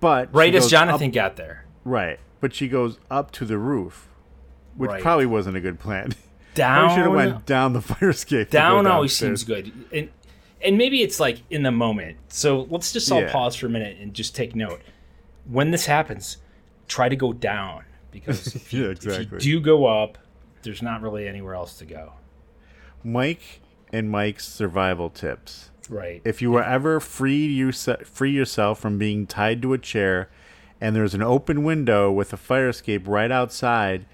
[SPEAKER 5] but. she
[SPEAKER 6] Right as
[SPEAKER 5] goes up-
[SPEAKER 6] Jonathan got there.
[SPEAKER 5] Right. But she goes up to the roof, which
[SPEAKER 6] Right.
[SPEAKER 5] probably wasn't a good plan.
[SPEAKER 6] Down.
[SPEAKER 5] Probably should have went down the fire escape. to go
[SPEAKER 6] down always
[SPEAKER 5] downstairs.
[SPEAKER 6] seems good. And and maybe it's like in the moment. So let's just all
[SPEAKER 5] Yeah.
[SPEAKER 6] pause for a minute and just take note. When this happens, try to go down because if you,
[SPEAKER 5] Yeah,
[SPEAKER 6] if you
[SPEAKER 5] exactly.
[SPEAKER 6] do go up, there's not really anywhere else to go.
[SPEAKER 5] Mike and Mike's survival tips.
[SPEAKER 6] Right.
[SPEAKER 5] If you were ever free you free yourself from being tied to a chair, and there's an open window with a fire escape right outside,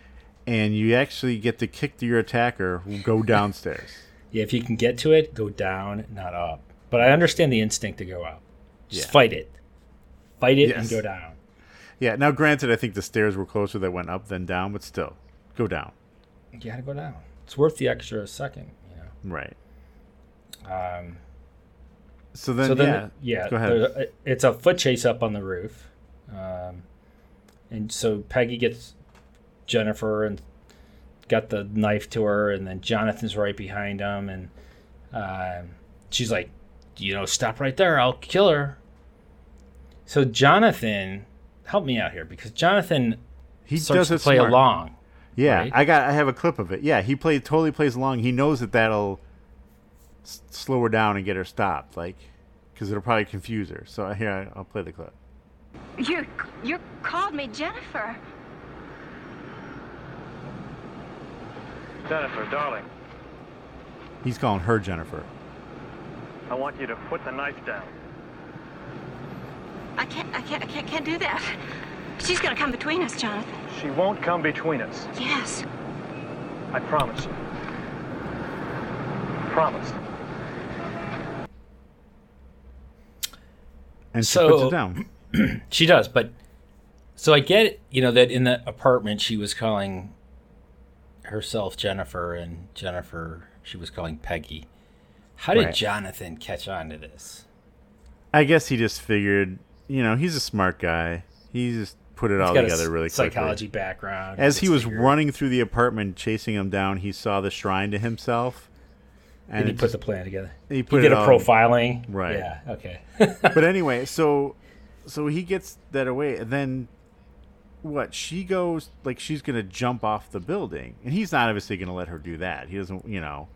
[SPEAKER 5] and you actually get to kick to your attacker, go downstairs.
[SPEAKER 6] Yeah, if you can get to it, go down, not up. But I understand the instinct to go up. Just
[SPEAKER 5] Yeah.
[SPEAKER 6] fight it. Fight it
[SPEAKER 5] Yes.
[SPEAKER 6] and go down.
[SPEAKER 5] yeah. Now, granted, I think the stairs were closer that went up than down, but still, go down.
[SPEAKER 6] You gotta go down. It's worth the extra second, you know.
[SPEAKER 5] Right.
[SPEAKER 6] Um,
[SPEAKER 5] So then,
[SPEAKER 6] so
[SPEAKER 5] yeah,
[SPEAKER 6] then, yeah,
[SPEAKER 5] Go ahead.
[SPEAKER 6] there's a- it's a foot chase up on the roof, um, and so Peggy gets Jennifer and got the knife to her, and then Jonathan's right behind him, and um, she's like, you know, stop right there, I'll kill her. So Jonathan, help me out here because Jonathan
[SPEAKER 5] he does
[SPEAKER 6] starts to
[SPEAKER 5] it
[SPEAKER 6] play
[SPEAKER 5] smart.
[SPEAKER 6] along.
[SPEAKER 5] Yeah,
[SPEAKER 6] right?
[SPEAKER 5] I got. I have a clip of it. Yeah, he plays totally plays along. He knows that that'll s- slow her down and get her stopped, like because it'll probably confuse her. So here, I- I'll play the clip.
[SPEAKER 9] You you called me Jennifer.
[SPEAKER 7] Jennifer, darling,
[SPEAKER 5] He's calling her Jennifer.
[SPEAKER 7] I want you to put the knife down.
[SPEAKER 9] I can't I can't I can't, can't do that. She's gonna come between us, Jonathan.
[SPEAKER 7] She won't come between us.
[SPEAKER 9] Yes.
[SPEAKER 7] I promise you. Promise.
[SPEAKER 5] And she
[SPEAKER 6] So-
[SPEAKER 5] puts it down.
[SPEAKER 6] She does, but so I get you know that in the apartment she was calling herself Jennifer and Jennifer she was calling Peggy. How did
[SPEAKER 5] Right.
[SPEAKER 6] Jonathan catch on to this?
[SPEAKER 5] I guess he just figured, you know, he's a smart guy. He just put it all
[SPEAKER 6] Got a
[SPEAKER 5] together really quickly.
[SPEAKER 6] psychology background.
[SPEAKER 5] As he
[SPEAKER 6] gets
[SPEAKER 5] was
[SPEAKER 6] figured-
[SPEAKER 5] running through the apartment, chasing him down, he saw the shrine to himself.
[SPEAKER 6] and he
[SPEAKER 5] it
[SPEAKER 6] put
[SPEAKER 5] just-
[SPEAKER 6] the plan together.
[SPEAKER 5] he put
[SPEAKER 6] did
[SPEAKER 5] it
[SPEAKER 6] a
[SPEAKER 5] all-
[SPEAKER 6] profiling.
[SPEAKER 5] Right.
[SPEAKER 6] Yeah. Okay.
[SPEAKER 5] but anyway, so so he gets that away, and then what? She goes like she's gonna jump off the building, and he's not obviously gonna let her do that. He doesn't, you know.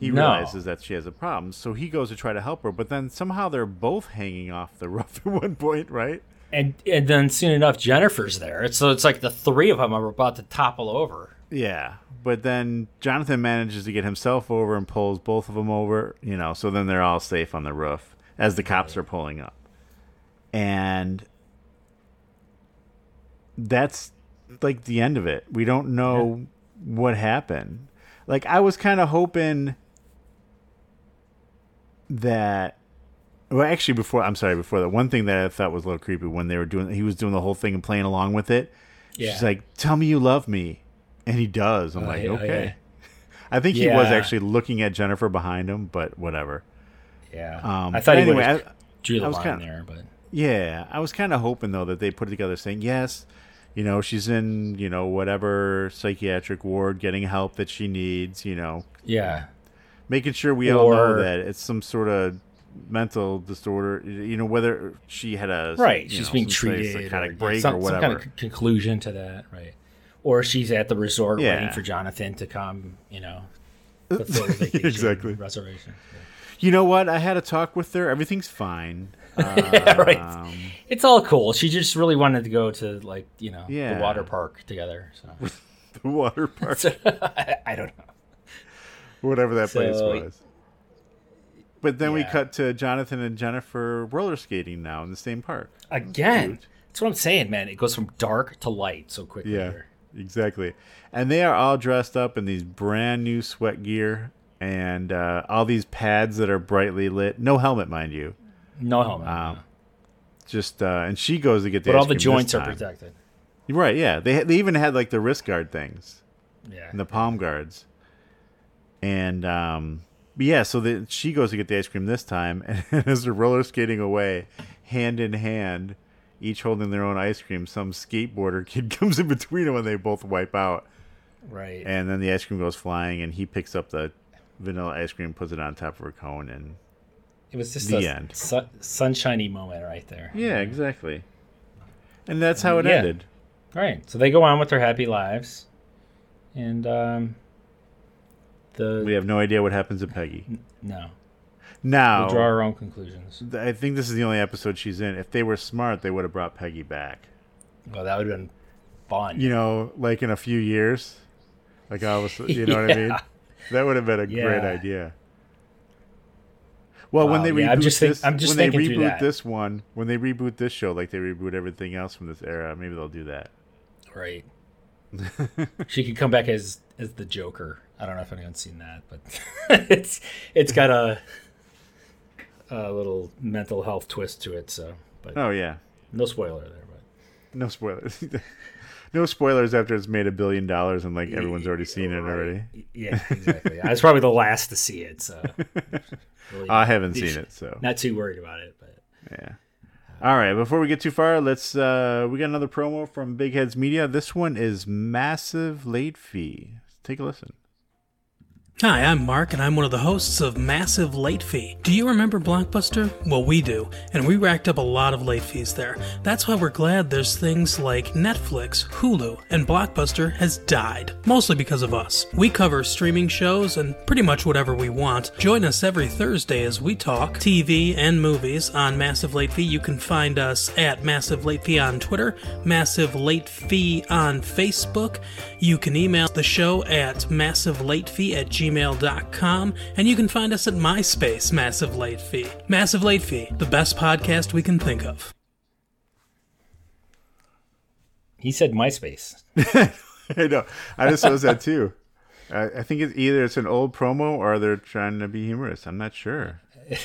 [SPEAKER 5] He
[SPEAKER 6] No.
[SPEAKER 5] realizes that she has a problem, so he goes to try to help her. But then somehow they're both hanging off the roof at one point, right?
[SPEAKER 6] and and then soon enough Jennifer's there. So it's like the three of them are about to topple over.
[SPEAKER 5] Yeah. But then Jonathan manages to get himself over and pulls both of them over, you know, so then they're all safe on the roof as the cops are pulling up. And that's like the end of it. We don't know what happened. Like I was kind of hoping that well, actually, before I'm sorry, before that, one thing that I thought was a little creepy when they were doing, he was doing the whole thing and playing along with it.
[SPEAKER 6] Yeah.
[SPEAKER 5] She's like, "Tell me you love me," and he does. I'm like,
[SPEAKER 6] Oh, yeah,
[SPEAKER 5] "Okay." I think he was
[SPEAKER 6] Yeah.
[SPEAKER 5] actually looking at Jennifer behind him, but whatever.
[SPEAKER 6] Yeah.
[SPEAKER 5] Um,
[SPEAKER 6] I thought he
[SPEAKER 5] anyway,
[SPEAKER 6] would've
[SPEAKER 5] I-
[SPEAKER 6] drew
[SPEAKER 5] I
[SPEAKER 6] the
[SPEAKER 5] was
[SPEAKER 6] line
[SPEAKER 5] kinda-
[SPEAKER 6] there, but
[SPEAKER 5] Yeah, I was kind of hoping though that they put it together, saying, "Yes, you know, she's in, you know, whatever psychiatric ward, getting help that she needs, you know,
[SPEAKER 6] yeah.
[SPEAKER 5] making sure we all know
[SPEAKER 6] Or-
[SPEAKER 5] that it's some sort of mental disorder, you know, whether she had a
[SPEAKER 6] right
[SPEAKER 5] you
[SPEAKER 6] she's
[SPEAKER 5] know,
[SPEAKER 6] being
[SPEAKER 5] some sort of
[SPEAKER 6] treated
[SPEAKER 5] psychotic
[SPEAKER 6] or, yeah,
[SPEAKER 5] break
[SPEAKER 6] some,
[SPEAKER 5] or
[SPEAKER 6] some
[SPEAKER 5] whatever.
[SPEAKER 6] kind of c- conclusion to that right or she's at the resort
[SPEAKER 5] Yeah.
[SPEAKER 6] waiting for jonathan to come you know fulfill the vacation
[SPEAKER 5] Exactly.
[SPEAKER 6] reservation
[SPEAKER 5] you know what? I had a talk with her. Everything's fine.
[SPEAKER 6] yeah, right it's all cool she just really wanted to go to like you know
[SPEAKER 5] Yeah.
[SPEAKER 6] the water park together so,
[SPEAKER 5] The water park,
[SPEAKER 6] So, I, I don't know
[SPEAKER 5] whatever that place
[SPEAKER 6] So-
[SPEAKER 5] was. But then we
[SPEAKER 6] Yeah.
[SPEAKER 5] cut to Jonathan and Jennifer roller skating now in the same park.
[SPEAKER 6] again that's what i'm saying man it goes from dark to light so quickly
[SPEAKER 5] Yeah,
[SPEAKER 6] here.
[SPEAKER 5] exactly. And they are all dressed up in these brand new sweat gear and uh, all these pads that are brightly lit. No helmet, mind you.
[SPEAKER 6] no helmet
[SPEAKER 5] Um,
[SPEAKER 6] no.
[SPEAKER 5] Just uh, and she goes to get the.
[SPEAKER 6] but all
[SPEAKER 5] ice
[SPEAKER 6] the
[SPEAKER 5] cream this
[SPEAKER 6] joints are
[SPEAKER 5] time.
[SPEAKER 6] protected
[SPEAKER 5] Right? Yeah. They they even had like the wrist guard things
[SPEAKER 6] yeah
[SPEAKER 5] and the palm guards. And um, yeah, so the, she goes to get the ice cream this time, and as they're roller skating away, hand in hand, each holding their own ice cream, some skateboarder kid comes in between them, and they both wipe out.
[SPEAKER 6] right
[SPEAKER 5] And then the ice cream goes flying, and he picks up the vanilla ice cream, puts it on top of her cone, and
[SPEAKER 6] It was just
[SPEAKER 5] The
[SPEAKER 6] a
[SPEAKER 5] end.
[SPEAKER 6] su- sunshiny moment right there.
[SPEAKER 5] yeah, exactly. And that's how it
[SPEAKER 6] Yeah.
[SPEAKER 5] ended.
[SPEAKER 6] All right. So they go on with their happy lives, and um, the
[SPEAKER 5] We have no idea what happens to Peggy.
[SPEAKER 6] no, we
[SPEAKER 5] Now,
[SPEAKER 6] draw our own conclusions.
[SPEAKER 5] th- I think this is the only episode she's in. If they were smart, they would have brought Peggy back.
[SPEAKER 6] Well, that would have been fun.
[SPEAKER 5] You know, like in a few years, like all of a sudden, you know what I mean?
[SPEAKER 6] Yeah.
[SPEAKER 5] That would have been a great
[SPEAKER 6] Yeah.
[SPEAKER 5] idea. Well, when
[SPEAKER 6] Wow,
[SPEAKER 5] they reboot
[SPEAKER 6] yeah, I'm just think-
[SPEAKER 5] this,
[SPEAKER 6] I'm just
[SPEAKER 5] when they
[SPEAKER 6] thinking
[SPEAKER 5] reboot
[SPEAKER 6] through that.
[SPEAKER 5] this one, when they reboot this show, like they reboot everything else from this era, maybe they'll do that.
[SPEAKER 6] Right. she could come back as as the Joker. I don't know if anyone's seen that, but it's it's got a a little mental health twist to it. So, but
[SPEAKER 5] Oh yeah,
[SPEAKER 6] no spoiler there. But
[SPEAKER 5] No spoilers. no spoilers after it's made a billion dollars and like everyone's already seen it already.
[SPEAKER 6] yeah, exactly. I was probably the last to see it, so really
[SPEAKER 5] I haven't seen it, so
[SPEAKER 6] not too worried about it. But
[SPEAKER 5] yeah. All right, before we get too far, let's uh we got another promo from Big Heads Media. This one is massive late fee. Take a listen.
[SPEAKER 1] Hi, I'm Mark, and I'm one of the hosts of Massive Late Fee. Do you remember Blockbuster? Well, we do, and we racked up a lot of late fees there. That's why we're glad there's things like Netflix, Hulu, and Blockbuster has died, mostly because of us. We cover streaming shows and pretty much whatever we want. Join us every Thursday as we talk TV and movies on Massive Late Fee. You can find us at Massive Late Fee on Twitter, Massive Late Fee on Facebook. You can email the show at massivelatefee at gmail.com, and you can find us at MySpace, Massive Late Fee. Massive Late Fee, the best podcast we can think of.
[SPEAKER 6] he said MySpace.
[SPEAKER 5] I know. I just noticed that too. I, I think it's either it's an old promo or they're trying to be humorous. I'm not sure.
[SPEAKER 6] All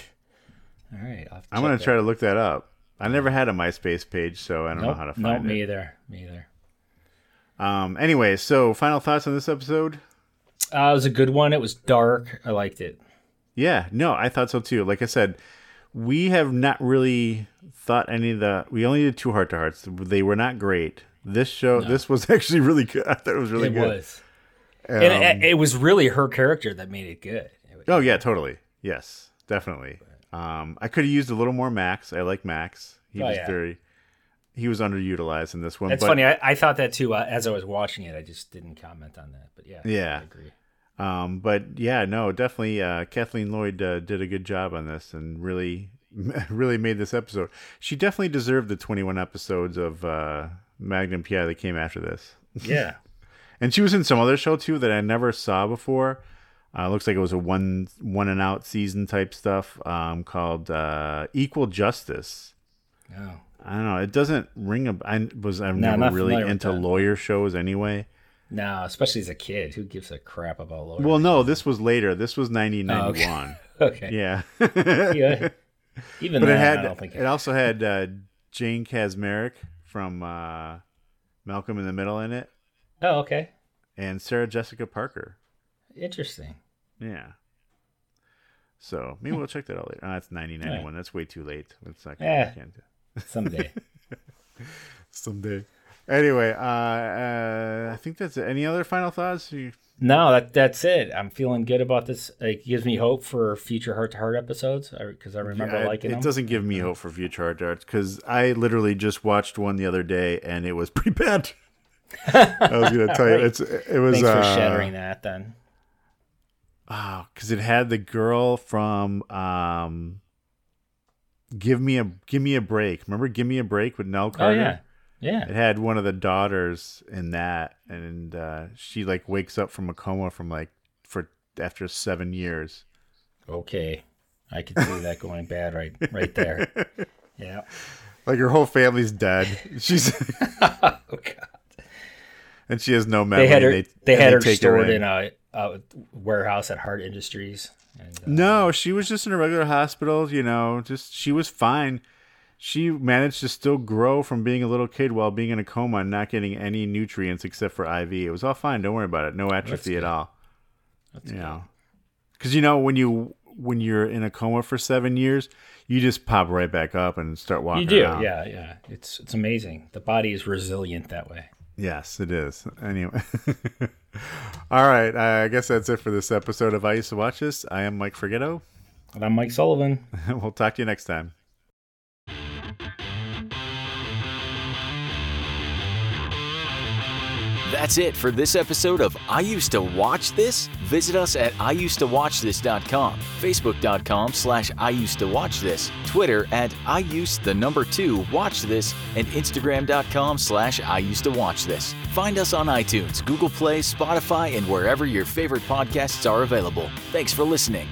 [SPEAKER 6] right, I'll have
[SPEAKER 5] I'm gonna try to look that up. I never had a MySpace page, so I don't know how to find
[SPEAKER 6] nope,
[SPEAKER 5] it.
[SPEAKER 6] me either. Me either.
[SPEAKER 5] Um. Anyway, so final thoughts on this episode.
[SPEAKER 6] Uh, it was a good one. It was dark. I liked it.
[SPEAKER 5] Yeah, no, I thought so too. Like I said, we have not really thought any of the. We only did two heart to hearts. They were not great. This show, this was actually really good. I thought it was really
[SPEAKER 6] it
[SPEAKER 5] good. Um,
[SPEAKER 6] was. and it, it was really her character that made it good. It was-
[SPEAKER 5] Oh yeah, totally. Yes, definitely. Um, I could have used a little more Max. I like Max. He
[SPEAKER 6] Oh,
[SPEAKER 5] was
[SPEAKER 6] yeah.
[SPEAKER 5] very. He was underutilized in this one.
[SPEAKER 6] That's
[SPEAKER 5] but,
[SPEAKER 6] funny. I, I thought that too uh, as I was watching it. I just didn't comment on that. But yeah,
[SPEAKER 5] Yeah.
[SPEAKER 6] I agree.
[SPEAKER 5] Um, but yeah, no, definitely. Uh, Kathleen Lloyd uh, did a good job on this and really, really made this episode. She definitely deserved the 21 episodes of uh, Magnum PI that came after this.
[SPEAKER 6] Yeah,
[SPEAKER 5] And she was in some other show too that I never saw before. Uh, looks like it was a one one and out season type stuff um, called uh, Equal Justice.
[SPEAKER 6] oh,
[SPEAKER 5] I don't know. It doesn't ring a. I was I'm
[SPEAKER 6] No, I'm not
[SPEAKER 5] never really
[SPEAKER 6] familiar with
[SPEAKER 5] into
[SPEAKER 6] that.
[SPEAKER 5] lawyer shows anyway.
[SPEAKER 6] no, especially as a kid, who gives a crap about Laura?
[SPEAKER 5] Well, no, this was later. This was 1991.
[SPEAKER 6] Oh, okay. okay,
[SPEAKER 5] Yeah.
[SPEAKER 6] yeah. Even
[SPEAKER 5] but
[SPEAKER 6] then,
[SPEAKER 5] it had
[SPEAKER 6] I don't think
[SPEAKER 5] it also had uh, Jane Kasmerick from uh, Malcolm in the Middle in it,
[SPEAKER 6] Oh, okay.
[SPEAKER 5] and Sarah Jessica Parker.
[SPEAKER 6] Interesting.
[SPEAKER 5] Yeah. So maybe we'll check that out later. Oh, that's 1991. That's way too late. That's not
[SPEAKER 6] Yeah.
[SPEAKER 5] can't do-
[SPEAKER 6] Someday.
[SPEAKER 5] someday. Anyway, uh, uh, I think that's it. Any other final thoughts? You
[SPEAKER 6] No, that that's it. I'm feeling good about this. It gives me hope for future heart to heart episodes because I remember
[SPEAKER 5] I-
[SPEAKER 6] liking
[SPEAKER 5] it
[SPEAKER 6] them.
[SPEAKER 5] doesn't give me hope for future hard darts because I literally just watched one the other day and it was pretty bad. I was gonna tell you, it's it was
[SPEAKER 6] Thanks for
[SPEAKER 5] uh,
[SPEAKER 6] shattering that. Then
[SPEAKER 5] because it had the girl from um, give me a give me a break. Remember, give me a break with Nell
[SPEAKER 6] oh
[SPEAKER 5] Carter.
[SPEAKER 6] yeah, yeah.
[SPEAKER 5] It had one of the daughters in that, and uh, she like wakes up from a coma from like for after seven years.
[SPEAKER 6] Okay, I could see that going bad right right there. Yeah.
[SPEAKER 5] Like her whole family's dead. She's
[SPEAKER 6] oh god.
[SPEAKER 5] and she has no memory.
[SPEAKER 6] They had her. They,
[SPEAKER 5] and and
[SPEAKER 6] had her
[SPEAKER 5] take
[SPEAKER 6] stored
[SPEAKER 5] in.
[SPEAKER 6] in a, a warehouse at Heart Industries. And, uh,
[SPEAKER 5] No, she was just in a regular hospital, you know, just she was fine. She managed to still grow from being a little kid while being in a coma and not getting any nutrients except for IV. It was all fine. Don't worry about it. No atrophy at all. you know, because you know when you when you're in a coma for seven years, you just pop right back up and start walking.
[SPEAKER 6] You do,
[SPEAKER 5] around.
[SPEAKER 6] yeah, yeah. It's it's amazing. The body is resilient that way.
[SPEAKER 5] Yes, it is. Anyway. all right. I guess that's it for this episode of I Used to Watch This. I am Mike Forgetto.
[SPEAKER 6] And I'm Mike Sullivan.
[SPEAKER 5] we'll talk to you next time.
[SPEAKER 4] That's it for this episode of I Used to Watch This. Visit us at IUsedToWatchThis.com, Facebook.com slash I Used to Watch This, Twitter at I Used the number two Watch This, and Instagram.com slash I Used to Watch This. Find us on iTunes, Google Play, Spotify, and wherever your favorite podcasts are available. Thanks for listening.